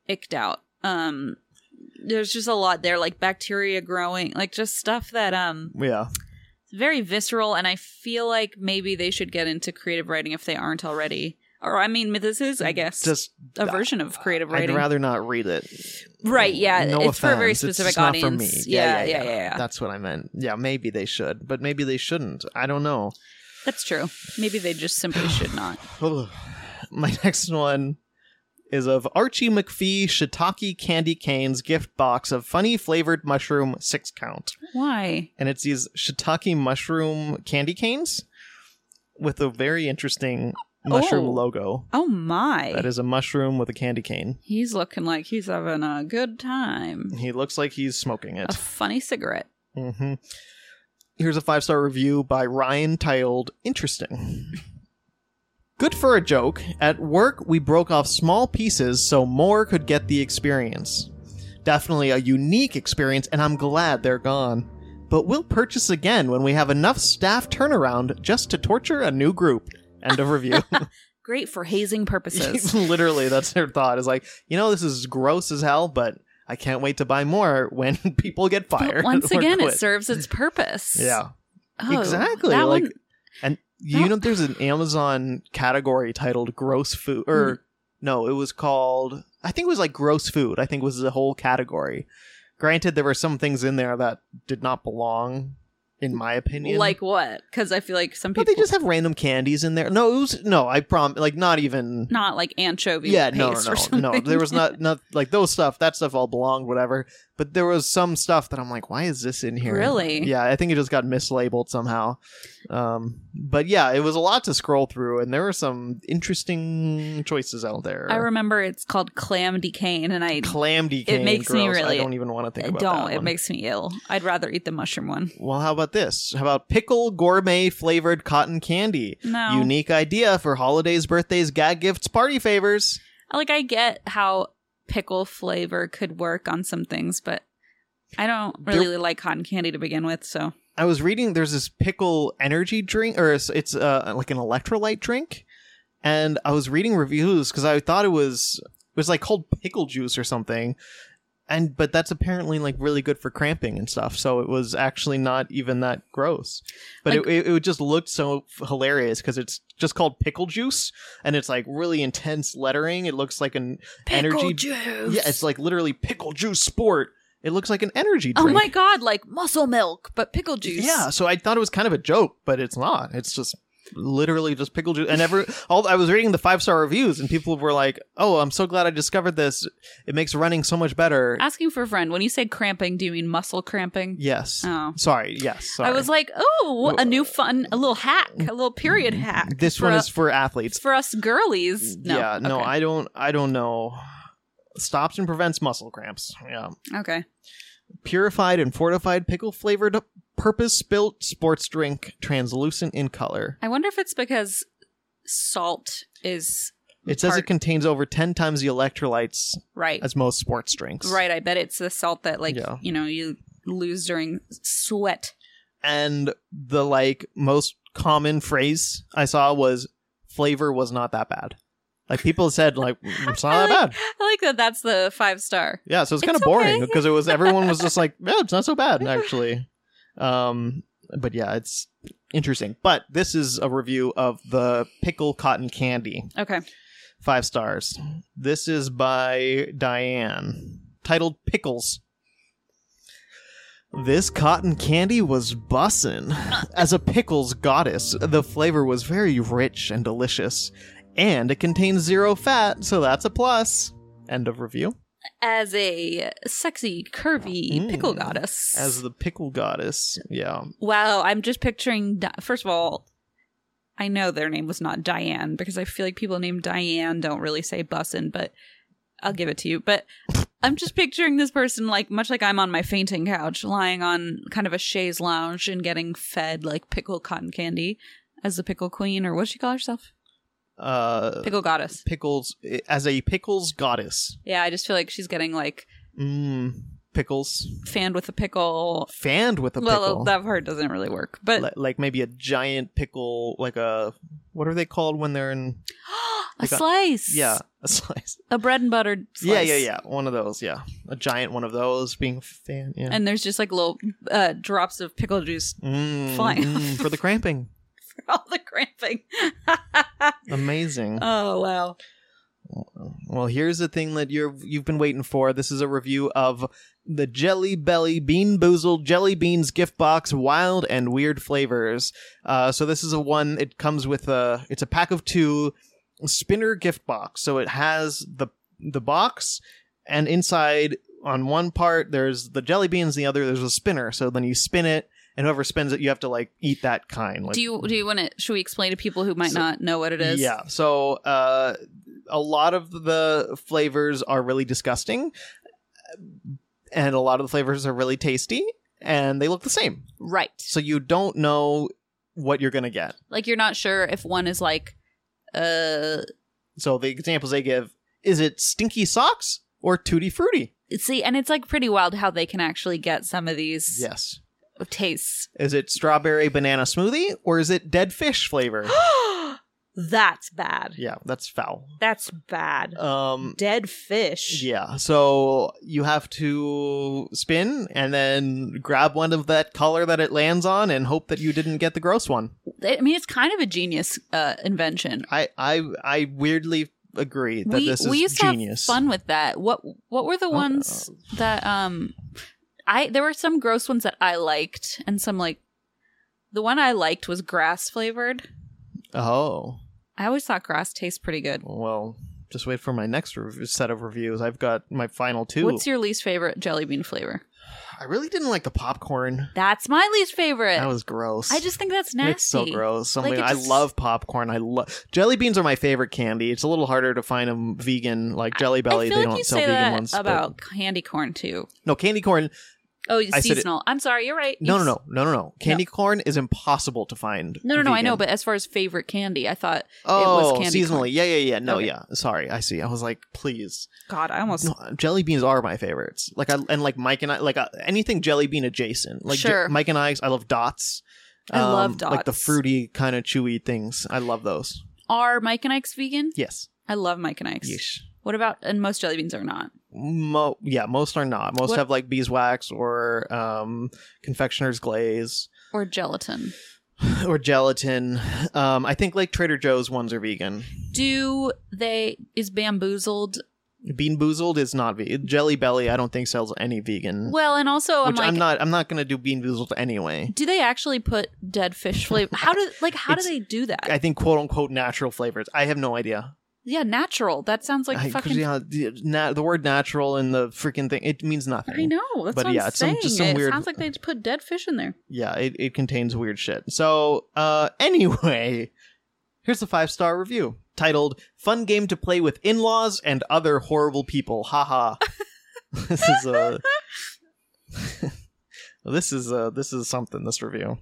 S1: icked out. Um, there's just a lot there, like bacteria growing, like just stuff that um
S2: yeah
S1: very visceral and i feel like maybe they should get into creative writing if they aren't already or i mean this is i guess
S2: just
S1: a version of creative
S2: i'd
S1: writing
S2: rather not read it
S1: right yeah
S2: no
S1: it's for a very
S2: offense, it's
S1: specific
S2: just not for
S1: audience
S2: me.
S1: Yeah, yeah yeah yeah,
S2: that's what i meant yeah maybe they should but maybe they shouldn't i don't know
S1: that's true maybe they just simply should not
S2: My next one is of Archie McPhee Shiitake Candy Cane's gift box of funny flavored mushroom six count.
S1: why
S2: And it's these shiitake mushroom candy canes with a very interesting mushroom
S1: Oh.
S2: logo.
S1: oh my
S2: That is a mushroom with a candy cane.
S1: he's looking like he's having a good time
S2: He looks like he's smoking
S1: a
S2: it.
S1: funny cigarette
S2: hmm Here's a five star review by Ryan titled Interesting. Good for a joke. At work, we broke off small pieces so more could get the experience. Definitely a unique experience, and I'm glad they're gone. But we'll purchase again when we have enough staff turnaround just to torture a new group. End of review.
S1: great for hazing purposes
S2: Literally, that's their thought. Is like, you know, this is gross as hell, but I can't wait to buy more when people get fired.
S1: but once
S2: or
S1: again it
S2: quit."
S1: serves its purpose
S2: yeah.
S1: Oh,
S2: Exactly,
S1: that
S2: like-
S1: one-
S2: And you know, there's an Amazon category titled "gross food," or
S1: Mm-hmm.
S2: no, it was called. I think it was like "gross food." I think was the whole category. Granted, there were some things in there that did not belong, in my opinion.
S1: like what because i feel like some people
S2: but they just have random candies in there. No, it was no. I prom like not even.
S1: not like anchovy
S2: yeah,
S1: paste
S2: no,
S1: or
S2: no,
S1: something.
S2: no, no. There was not not like those stuff. That stuff all belonged, whatever. But there was some stuff that I'm like, why is this in here?
S1: Really?
S2: Yeah, I think it just got mislabeled somehow. Um, but yeah, it was a lot to scroll through, and there were some interesting choices out there.
S1: I remember it's called clam decane, and I
S2: clam decaying.
S1: makes me
S2: gross.
S1: really-
S2: I don't even want to think about
S1: don't.
S2: that
S1: It
S2: one.
S1: makes me ill. I'd rather eat the mushroom one.
S2: Well, how about this? How about pickle gourmet flavored cotton candy?
S1: No.
S2: Unique idea for holidays, birthdays, gag gifts, party favors.
S1: Like I get how pickle flavor could work on some things, but I don't really like cotton candy to begin with. So
S2: I was reading there's this pickle energy drink or it's, it's uh, like an electrolyte drink and I was reading reviews cuz I thought it was it was like called pickle juice or something and but that's apparently like really good for cramping and stuff so it was actually not even that gross but it, it, it just looked so f- hilarious cuz it's just called pickle juice and it's like really intense lettering it looks like an energy
S1: juice.
S2: yeah it's like literally pickle juice sport it looks like an energy
S1: oh
S2: drink
S1: my god, like muscle milk, but pickle juice.
S2: yeah, so I thought it was kind of a joke, but it's not. It's just literally just pickle juice. And every all I was reading the five star reviews, and people were like, "Oh, I'm so glad I discovered this. It makes running so much better."
S1: Asking for a friend. When you say cramping, do you mean muscle cramping?
S2: yes.
S1: Oh.
S2: Sorry. Yes. Sorry.
S1: I was like, oh, a new fun, a little hack, a little period hack.
S2: Mm-hmm. this
S1: for
S2: one
S1: a-
S2: is for athletes.
S1: for us girlies. No.
S2: yeah. No,
S1: Okay.
S2: I don't. I don't know. Stops and prevents muscle cramps. Yeah.
S1: Okay.
S2: Purified and fortified pickle flavored purpose built sports drink, translucent in color.
S1: I wonder if it's because salt is
S2: It says
S1: Part-
S2: it contains over 10 times the electrolytes
S1: right
S2: as most sports drinks.
S1: right i bet it's the salt that like
S2: Yeah.
S1: you know you lose during sweat
S2: And the like most common phrase I saw was flavor was not that bad. Like people said like "Mm, it's
S1: I
S2: not that
S1: like-
S2: bad.
S1: i like that that's the five star
S2: Yeah, so it's kind of
S1: It's
S2: boring
S1: okay.
S2: because it was everyone was just like, yeah, it's not so bad actually. Um, but yeah, it's interesting. But this is a review of the pickle cotton candy,
S1: okay
S2: five stars. This is by Diane, titled "Pickles." This cotton candy was bussin'. As a pickles goddess, the flavor was very rich and delicious, and it contains zero fat, so that's a plus. End of review.
S1: as a sexy curvy
S2: Mm.
S1: pickle goddess
S2: as the pickle goddess. Yeah.
S1: wow i'm just picturing Di- first of all i know their name was not diane because i feel like people named diane don't really say bussin but i'll give it to you but i'm just picturing this person like much like i'm on my fainting couch lying on kind of a chaise lounge and getting fed like pickle cotton candy as the pickle queen or what does she call herself
S2: Uh
S1: pickle goddess
S2: pickles as a pickles goddess.
S1: yeah i just feel like she's getting like
S2: Mm, pickles
S1: fanned with a pickle
S2: fanned with a pickle.
S1: well that part doesn't really work but
S2: Li- like maybe a giant pickle like a what are they called when they're in
S1: a
S2: like a-
S1: slice
S2: yeah, a slice.
S1: a bread and butter slice.
S2: Yeah, yeah, yeah. One of those, yeah. A giant one of those being fan yeah.
S1: and there's just like little uh, drops of pickle juice
S2: Mm,
S1: flying.
S2: mm, for the cramping.
S1: for all the cramping.
S2: Amazing.
S1: oh wow!
S2: Well, here's the thing that you're you've been waiting for. This is a review of the Jelly Belly Bean Boozled Jelly Beans gift box, wild and weird flavors. Uh, so this is a one. It comes with a it's a pack of two spinner gift box. So it has the the box, and inside on one part there's the jelly beans, the other there's a spinner. So then you spin it, and whoever spins it, you have to like eat that kind. Like
S1: do you do you want to? Should we explain to people who might
S2: So-
S1: not know what it is?
S2: yeah. So uh, a lot of the flavors are really disgusting, and a lot of the flavors are really tasty, and they look the same.
S1: right.
S2: So you don't know what you're gonna get.
S1: Like you're not sure if one is like, uh,
S2: So the examples they give is it stinky socks or tutti frutti?
S1: see, and it's like pretty wild how they can actually get some of these
S2: Yes.
S1: tastes.
S2: Is it strawberry banana smoothie or is it dead fish flavor?
S1: That's bad.
S2: yeah, that's foul.
S1: That's bad.
S2: Um,
S1: Dead fish.
S2: Yeah, so you have to spin and then grab one of that color that it lands on and hope that you didn't get the gross one.
S1: I mean, it's kind of a genius uh, invention.
S2: I I, I weirdly agree that this is
S1: we used
S2: genius.
S1: to
S2: Uh,
S1: have fun with that. What what were the ones that um I there were some gross ones that I liked and some like the one I liked was grass flavored.
S2: oh,
S1: I always thought grass tastes pretty good.
S2: well, just wait for my next rev- set of reviews. I've got my final two.
S1: What's your least favorite jelly bean flavor?
S2: I really didn't like the popcorn.
S1: That's my least favorite.
S2: That was gross.
S1: Eh, I just think that's nasty.
S2: It's so gross.
S1: Like,
S2: Something
S1: it
S2: I
S1: just-
S2: love popcorn. I love jelly beans are my favorite candy. It's a little harder to find them vegan, like Jelly Belly.
S1: I feel
S2: they
S1: like
S2: don't
S1: you
S2: sell
S1: say
S2: vegan
S1: that
S2: ones. but-
S1: about candy corn too.
S2: no candy corn.
S1: Oh,
S2: I said it-
S1: seasonal. I'm sorry, you're right.
S2: No,
S1: You
S2: no,
S1: s-
S2: no, no, no, no. Candy corn is impossible to find.
S1: No, no, no. I know,
S2: vegan.
S1: but as far as favorite candy, I thought
S2: oh,
S1: it was candy
S2: seasonally,
S1: corn.
S2: yeah, yeah, yeah. No,
S1: Okay.
S2: yeah. Sorry, I see. I was like, please.
S1: God, I almost
S2: No, jelly beans are my favorites. Like, I and like Mike and I like uh, anything jelly bean adjacent. Like
S1: Sure.
S2: Mike and I, I love dots. Um,
S1: I love
S2: like the
S1: dots.
S2: fruity kind of chewy things. I love those.
S1: are Mike and Ike's vegan.
S2: Yes.
S1: I love Mike and Ike's.
S2: Yeesh.
S1: What about and most jelly beans are not.
S2: Mo- yeah, most are not. Most
S1: What-
S2: have like beeswax or um, confectioner's glaze.
S1: Or gelatin.
S2: or gelatin. Um, I think like Trader Joe's ones are vegan.
S1: Do they is bamboozled
S2: Bean Boozled is not vegan. Jelly Belly, I don't think sells any vegan.
S1: well and also I'm
S2: which
S1: like
S2: I'm not. I'm not gonna do Bean Boozled anyway.
S1: do they actually put dead fish flavor how do like how do
S2: It's-
S1: they do that?
S2: I think quote unquote natural flavors. I have no idea.
S1: yeah, natural. That sounds like
S2: I, 'cause,
S1: fucking
S2: yeah, the, na- the word natural and the freaking thing it means nothing.
S1: I know. That's
S2: But
S1: what
S2: yeah,
S1: I'm
S2: it's some-
S1: saying.
S2: just some
S1: it
S2: weird-
S1: sounds like they put dead fish in there.
S2: Yeah, it, it contains weird shit. So uh, anyway, here's a five star review titled "Fun Game to Play with In Laws and Other Horrible People." Haha. this is uh, a. uh, this is a this is something. This review.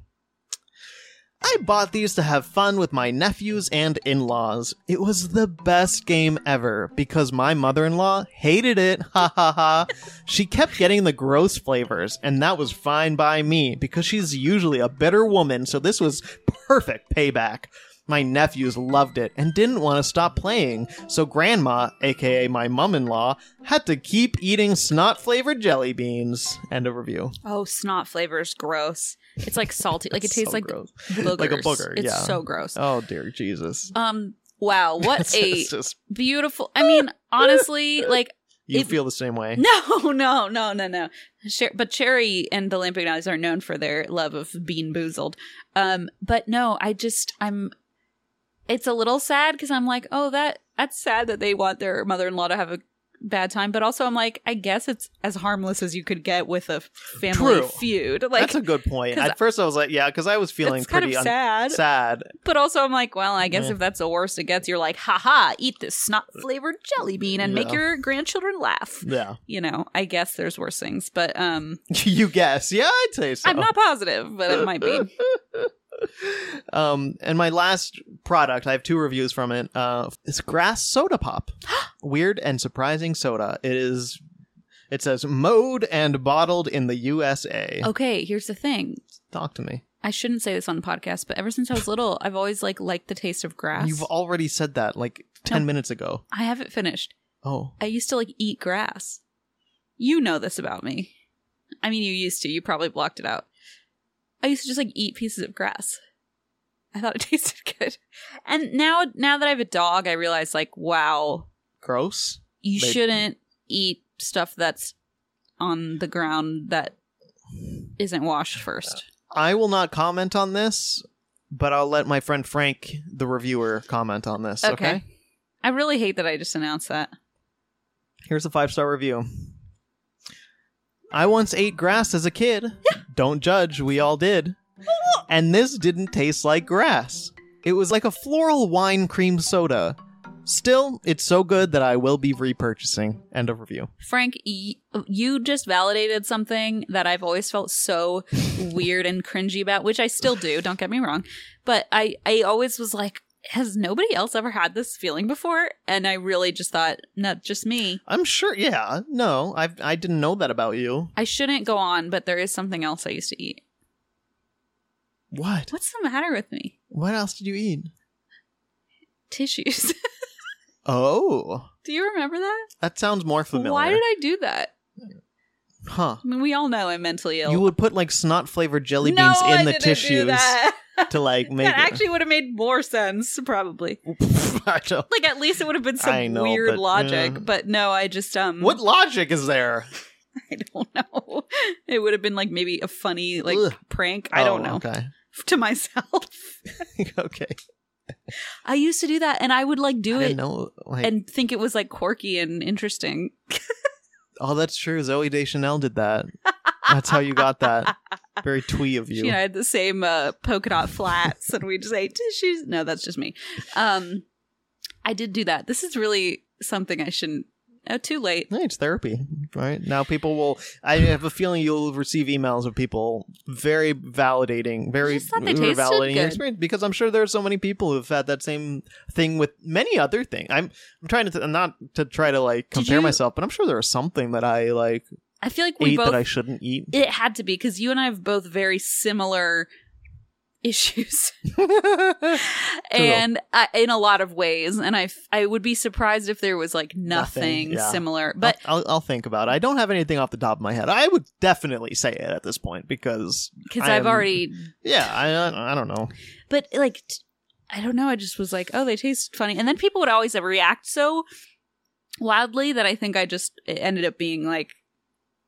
S2: I bought these to have fun with my nephews and in laws. It was the best game ever because my mother in law hated it. Ha ha ha. She kept getting the gross flavors, and that was fine by me because she's usually a bitter woman, so this was perfect payback. My nephews loved it and didn't want to stop playing, so Grandma, aka my mum in law, had to keep eating snot flavored jelly beans. End of review.
S1: Oh, snot flavor's gross. It's like salty. Like it tastes
S2: so
S1: like
S2: gross.
S1: boogers.
S2: Like a booger,
S1: It's
S2: yeah.
S1: so gross.
S2: Oh, dear Jesus.
S1: Um. Wow. What a
S2: It's just-
S1: beautiful. I mean, honestly, like
S2: you
S1: It-
S2: feel the same way.
S1: no, no, no, no, no. Sher- but Cherry and the Lamping Eyes are known for their love of bean boozled. Um. But no, I just I'm. It's a little sad because I'm like, oh, that that's sad that they want their mother-in-law to have a bad time. But also, I'm like, I guess it's as harmless as you could get with a family
S2: True.
S1: feud. Like
S2: That's a good point.
S1: 'cause
S2: At first, I was like, yeah, because I was feeling
S1: It's kind
S2: pretty
S1: of
S2: un-
S1: sad.
S2: sad.
S1: But also, I'm like, well, I guess
S2: Yeah.
S1: if that's the worst it gets, you're like, haha, eat this snot flavored jelly bean and make
S2: Yeah.
S1: your grandchildren laugh.
S2: Yeah,
S1: You know, I guess there's worse things, but um,
S2: you guess. Yeah, I'd say so.
S1: I'm not positive, but it might be.
S2: um, and my last product, I have two reviews from it. Uh, it's grass soda pop, weird and surprising soda. It is. It says mowed and bottled in the USA.
S1: Okay, here's the thing.
S2: Talk to me.
S1: I shouldn't say this on the podcast, but ever since I was little, I've always like liked the taste of grass.
S2: You've already said that like ten minutes ago.
S1: I haven't finished.
S2: Oh,
S1: I used to like eat grass. You know this about me. I mean, you used to. You probably blocked it out. I used to just like eat pieces of grass. I thought it tasted good. And now, now that I have a dog, I realize like, wow,
S2: gross.
S1: you
S2: They-
S1: shouldn't eat stuff that's on the ground that isn't washed first.
S2: I will not comment on this, but I'll let my friend Frank, the reviewer, comment on this.
S1: Okay.
S2: okay?
S1: I really hate that I just announced that.
S2: Here's a five star review. I once ate grass as a kid. Don't judge, we all did. And this didn't taste like grass. It was like a floral wine cream soda. Still, it's so good that I will be repurchasing. End of review.
S1: Frank, y- you just validated something that I've always felt so weird and cringy about, which I still do. Don't get me wrong, but I I always was like, has nobody else ever had this feeling before? And I really just thought, not just me.
S2: I'm sure, yeah. No, I I didn't know that about you.
S1: I shouldn't go on, but there is something else I used to eat.
S2: What?
S1: What's the matter with me?
S2: What else did you eat?
S1: Tissues.
S2: Oh,
S1: do you remember that?
S2: that sounds more familiar.
S1: Why did I do that?
S2: Huh.
S1: I mean, we all know I'm mentally ill.
S2: You would put like snot flavored jelly
S1: no,
S2: beans in
S1: I
S2: the
S1: didn't
S2: tissues
S1: Do that.
S2: to like make
S1: that actually would have made more sense, probably.
S2: it. I don't-
S1: like at least it would have been
S2: I
S1: some
S2: know,
S1: weird
S2: but,
S1: logic
S2: uh,
S1: but no i just um
S2: What logic is there?
S1: i don't know it would have been like maybe a funny like
S2: Ugh.
S1: prank i don't
S2: Oh,
S1: know
S2: Okay.
S1: to myself
S2: okay.
S1: i used to do that and i would like do
S2: I
S1: it
S2: didn't know. Like,
S1: and think it was like quirky and interesting
S2: oh, that's true. Zoe Deschanel did that. That's how you got that. Very twee of you.
S1: she and i had the same uh, polka dot flats and we just ate tissues no that's just me um i did do that this is really something i shouldn't oh too late
S2: Yeah, it's therapy, right? Now people will. I have a feeling you'll receive emails of people very validating, very
S1: just thought they
S2: who are
S1: tasted
S2: validating your
S1: good.
S2: experience because I'm sure there are so many people who've had that same thing with many other things. I'm I'm trying to not to try to like
S1: Did
S2: compare
S1: you-
S2: myself, but I'm sure there is something that I like
S1: i feel like we
S2: ate
S1: both
S2: that I shouldn't eat.
S1: It had to be because you and I have both very similar issues, and I, in a lot of ways. And I, f- I would be surprised if there was like nothing,
S2: Nothing, yeah.
S1: similar. But
S2: I'll, I'll, I'll think about it. I don't have anything off the top of my head. I would definitely say it at this point because
S1: because
S2: I
S1: I've
S2: am-
S1: already,
S2: yeah, I I don't know.
S1: but like, t- I don't know. I just was like, oh, they taste funny, and then people would always uh, react so wildly that I think I just it ended up being like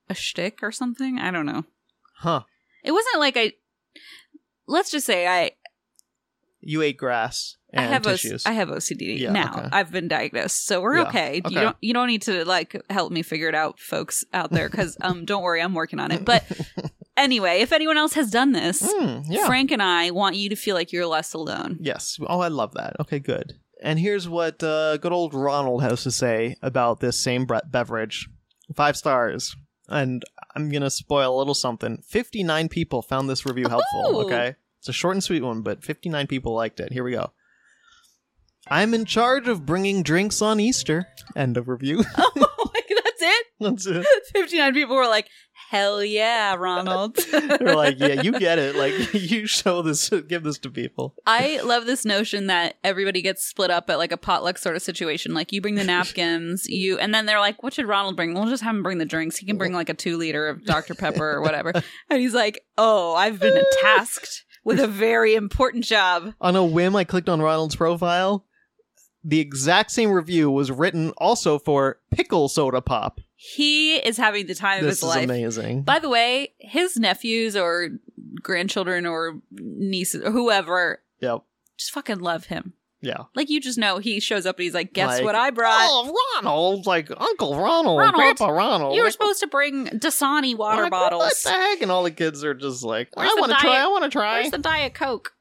S1: a shtick or something. I don't know.
S2: Huh?
S1: It wasn't like I. Let's just say I
S2: You ate grass
S1: I
S2: and
S1: have O-
S2: tissues.
S1: I have OCD
S2: Yeah,
S1: now.
S2: okay.
S1: I've been diagnosed, so we're
S2: Yeah,
S1: okay.
S2: okay.
S1: You don't you don't need to like help me figure it out, folks out there, because um, don't worry, I'm working on it. But anyway, if anyone else has done this,
S2: Mm, yeah.
S1: Frank and I want you to feel like you're less alone.
S2: Yes. Oh, I love that. Okay, good. And here's what uh, good old Ronald has to say about this same bre- beverage. Five stars. And I'm going to spoil a little something. 59 people found this review helpful,
S1: Ooh.
S2: okay? It's a short and sweet one, but 59 people liked it. Here we go. I'm in charge of bringing drinks on Easter. End of review.
S1: like, that's it.
S2: That's it.
S1: 59 people were like, hell yeah, Ronald.
S2: They're like, yeah, you get it. Like, you show this, give this to people.
S1: I love this notion that everybody gets split up at like a potluck sort of situation. Like you bring the napkins, you, and then they're like, "What should Ronald bring?" We'll just have him bring the drinks. He can bring like a two liter of Dr Pepper or whatever. And he's like, "Oh, I've been tasked with a very important job."
S2: On a whim, I clicked on Ronald's profile. The exact same review was written also for pickle soda pop.
S1: He is having the time of
S2: This
S1: his
S2: is
S1: life.
S2: amazing.
S1: By the way, his nephews or grandchildren or nieces or whoever
S2: Yep.
S1: just fucking love him.
S2: Yeah.
S1: Like you just know he shows up and he's like, "Guess
S2: Like,
S1: what I brought."
S2: Oh, Ronald, like Uncle Ronald,
S1: Ronald,
S2: Grandpa Ronald.
S1: You were
S2: oh, Like, oh
S1: supposed to bring Dasani water
S2: like, What
S1: bottles.
S2: the heck? And all the kids are just like,
S1: Where's
S2: I
S1: the
S2: want to try.
S1: diet-
S2: I want to try.
S1: Where's the Diet Coke?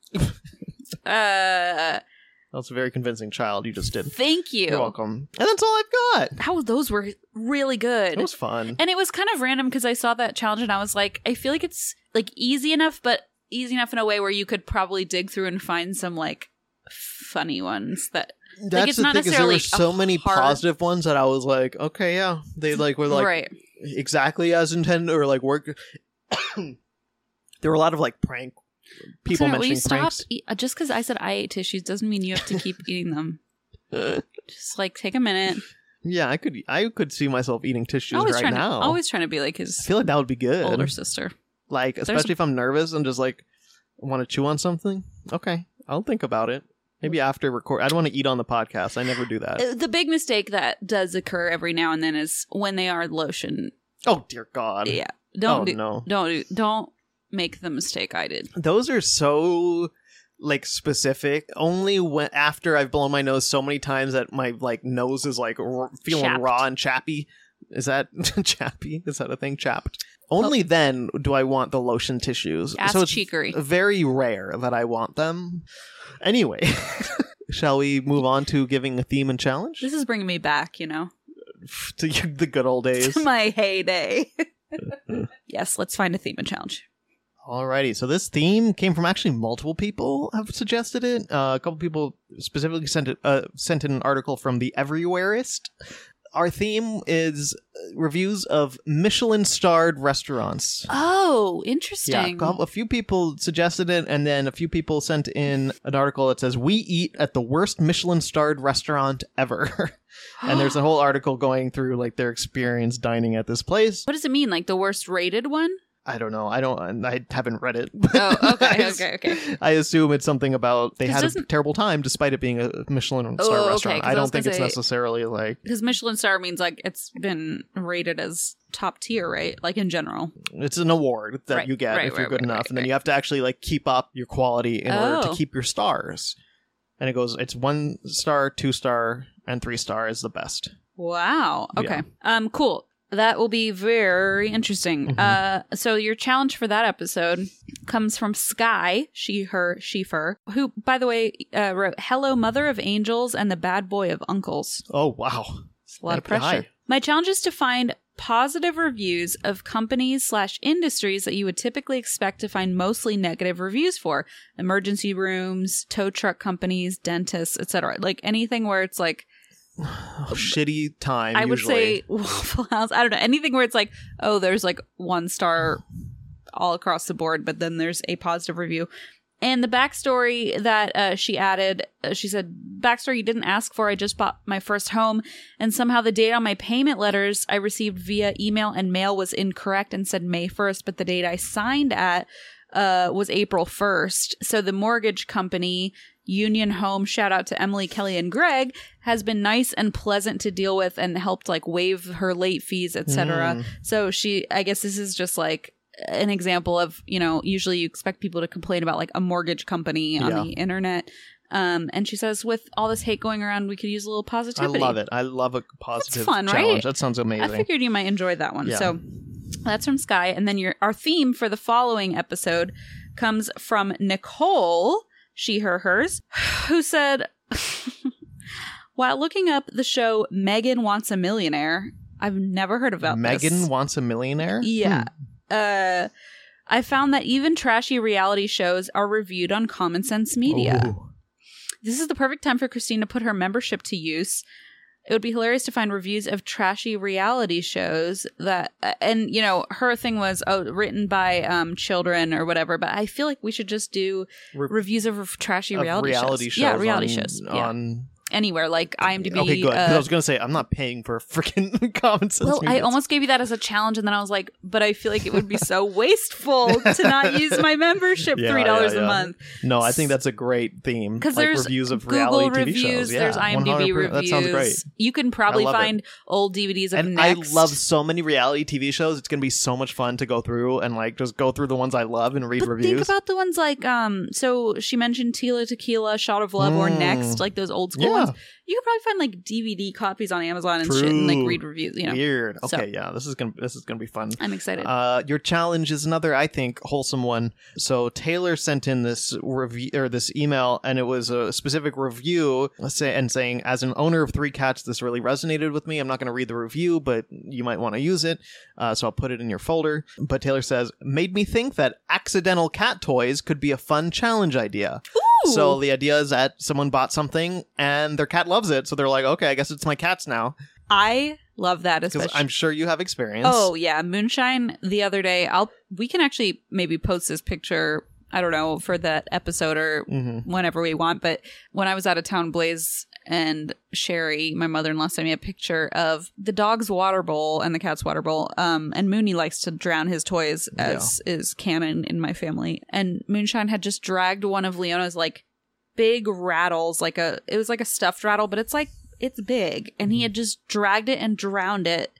S1: uh,
S2: That's a very convincing child you just did.
S1: thank you.
S2: You're welcome. And that's all I've got.
S1: How those were really good.
S2: It was fun.
S1: and it was kind of random because I saw that challenge and I was like, I feel like it's like easy enough, but easy enough in a way where you could probably dig through and find some like funny ones that
S2: That's
S1: it's
S2: the
S1: not
S2: thing is there were
S1: necessarily
S2: so
S1: a
S2: many
S1: hard-
S2: positive ones that I was like, okay, yeah, they like were like
S1: right.
S2: exactly as intended or like work. there were a lot of like prank people
S1: Sarah, will you
S2: mentioning
S1: stop?
S2: pranks.
S1: eat- uh, just because I said I ate tissues doesn't mean you have to keep eating them. Just like take a minute.
S2: Yeah, I could I could see myself eating tissues
S1: always
S2: right
S1: trying
S2: now.
S1: to always trying to be like
S2: I
S1: his
S2: feel like that would be good.
S1: older sister.
S2: Like especially if I'm nervous and just like want to chew on something. Okay, I'll think about it. Maybe after record. I don't want to eat on the podcast. I never do that.
S1: Uh, the big mistake that does occur every now and then is when they are lotion.
S2: Oh dear God.
S1: Yeah, don't
S2: oh
S1: do,
S2: no.
S1: don't do, don't make the mistake I did.
S2: those are so like specific only when after i've blown my nose so many times that my like nose is like r- feeling
S1: Chapped.
S2: raw and chappy is that chappy is that a thing chapped only then do i want the lotion tissues
S1: Ass
S2: so it's
S1: cheekery.
S2: very rare that i want them anyway shall we move on to giving a theme and challenge
S1: This is bringing me back, you know,
S2: to the good old days
S1: to my heyday.
S2: Uh-huh.
S1: yes, let's find a theme and challenge.
S2: Alrighty, so this theme came from actually multiple people have suggested it. Uh, a couple people specifically sent it, uh, sent in an article from the Everywhereist. Our theme is uh, reviews of Michelin starred restaurants.
S1: Oh,
S2: Yeah,
S1: interesting.
S2: a few people suggested it, and then a few people sent in an article that says we eat at the worst Michelin starred restaurant ever. and there's a whole article going through like their experience dining at this place.
S1: what does it mean? Like the worst rated one?
S2: I don't know. I don't. I haven't read it.
S1: Oh, okay,
S2: I s-
S1: okay, okay.
S2: I assume it's something about they
S1: This
S2: had a
S1: doesn't- terrible
S2: terrible time, despite it being a Michelin
S1: Oh,
S2: star
S1: okay,
S2: restaurant.
S1: 'cause I
S2: I
S1: was
S2: don't
S1: gonna
S2: think it's
S1: say-
S2: necessarily like
S1: Because Michelin star means like it's been rated as top tier, right? Like in general.
S2: it's an award that
S1: Right,
S2: you get
S1: right,
S2: if you're
S1: right,
S2: good
S1: right,
S2: enough,
S1: right,
S2: and then
S1: right.
S2: you have to actually like keep up your quality in order
S1: Oh.
S2: to keep your stars. And it goes, it's one star, two star, and three star is the best.
S1: Wow. Okay.
S2: Yeah.
S1: Um. Cool. That will be very interesting.
S2: Mhm.
S1: Uh. So your challenge for that episode comes from Sky. She, her, she, her. Who, by the way, uh, wrote "Hello, Mother of Angels" and "The Bad Boy of Uncles."
S2: Oh wow,
S1: It's a lot of
S2: Thank
S1: pressure.
S2: God.
S1: My challenge is to find positive reviews of companies slash industries that you would typically expect to find mostly negative reviews for emergency rooms tow truck companies dentists etc like anything where it's like
S2: Oh, shitty time.
S1: I would
S2: usually.
S1: say Waffle House. I don't know anything where it's like, oh, there's like one star all across the board, but then there's a positive review. And the backstory that uh, she added, uh, she said, "Backstory you didn't ask for. I just bought my first home, and somehow the date on my payment letters I received via email and mail was incorrect and said May first, but the date I signed at uh, was April 1st. So the mortgage company, Union Home, shout out to Emily, Kelly, and Greg, has been nice and pleasant to deal with and helped like waive her late fees, etc. So she, I guess this is just like an example of, you know, usually you expect people to complain about like a mortgage company on
S2: Yeah.
S1: the internet. Um, and she says, with all this hate going around, we could use a little
S2: I
S1: positivity.
S2: love it. I love a positive
S1: fun, right?
S2: challenge. That sounds
S1: I
S2: amazing.
S1: figured you might enjoy that one.
S2: Yeah.
S1: So that's from Sky. And then your our theme for the following episode comes from Nicole, she her hers, who said While looking up the show Megan Wants a Millionaire, I've never heard about this.
S2: Hmm. Megan wants a millionaire.
S1: Yeah. Uh I found that even trashy reality shows are reviewed on Common Sense Media.
S2: Ooh.
S1: This is the perfect time for Christine to put her membership to use. It would be hilarious to find reviews of trashy reality shows that, uh, and you know, her thing was oh, written by um, children or whatever. But I feel like we should just do
S2: Re-
S1: reviews of r- trashy
S2: Of
S1: reality, shows. Yeah, reality
S2: on-
S1: shows. Yeah.
S2: on-
S1: Anywhere like IMDb.
S2: okay, good. 'Cause I
S1: uh,
S2: was gonna say I'm not paying for freaking common sense.
S1: well, I
S2: media.
S1: almost gave you that as a challenge, and then I was like, but I feel like it would be so wasteful to not use my membership
S2: Yeah,
S1: three dollars
S2: yeah,
S1: a
S2: yeah.
S1: month.
S2: No, I think that's a great theme.
S1: Because
S2: like
S1: there's
S2: reviews of
S1: Google
S2: reality
S1: reviews,
S2: TV shows. Yeah,
S1: there's IMDb
S2: 100%.
S1: reviews.
S2: That sounds great.
S1: You can probably
S2: I love it.
S1: find old DVDs of
S2: and
S1: Next.
S2: I love so many reality TV shows. It's gonna be so much fun to go through and like just go through the ones I love and read
S1: But think
S2: reviews.
S1: about the ones like um. So she mentioned Tila Tequila, Shot of Love, or
S2: Mm.
S1: Next, like those old school
S2: Yeah.
S1: ones. You could probably find like DVD copies on Amazon and shit, and like
S2: True.
S1: read reviews. You know,
S2: Weird.
S1: So-
S2: Okay, yeah, this is gonna this is gonna be fun.
S1: I'm excited.
S2: Uh, your challenge is another, I think, wholesome one. So Taylor sent in this review or this email, and it was a specific review, let's say, and saying, as an owner of three cats, this really resonated with me. I'm not going to read the review, but you might want to use it, uh, so I'll put it in your folder. But Taylor says, made me think that accidental cat toys could be a fun challenge idea. So the idea is that someone bought something and their cat loves it, so they're like, okay, I guess it's my cat's now
S1: I love that
S2: because
S1: especially.
S2: I'm sure you have experience.
S1: Oh yeah, moonshine the other day. I'll we can actually maybe post this picture. I don't know for that episode or
S2: Mhm.
S1: whenever we want. But when I was out of town, Blaze and Sherry, my mother in law, sent me a picture of the dog's water bowl and the cat's water bowl. Um, and Mooney likes to drown his toys, as is canon in my family. And Moonshine had just dragged one of Leona's like big rattles, like a it was like a stuffed rattle, but it's like it's big, and he had just dragged it and drowned it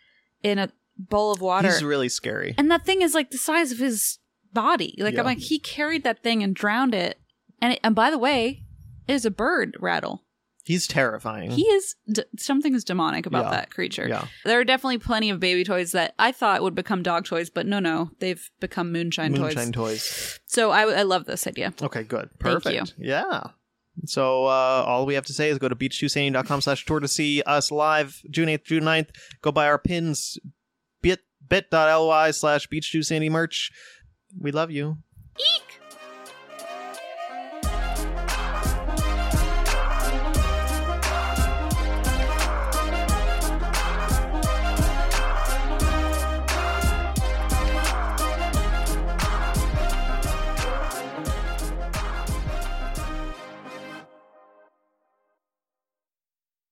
S1: in a bowl of water.
S2: He's really scary.
S1: And that thing is like the size of his body. Like
S2: Yeah.
S1: I'm like he carried that thing and drowned it. And it, and by the way, it is a bird rattle.
S2: He's terrifying.
S1: He is d- something is demonic about
S2: Yeah.
S1: that creature.
S2: Yeah.
S1: There are definitely plenty of baby toys that I thought would become dog toys, but no, no, they've become moonshine,
S2: moonshine
S1: toys.
S2: toys.
S1: So I I love this idea.
S2: Okay, good.
S1: Thank
S2: Perfect. Yeah. So uh, all we have to say is go to beach2sandy.com slash tour to see us live June 8th, June 9th. Go buy our pins bit bit.ly slash beach2sandy merch. We love you.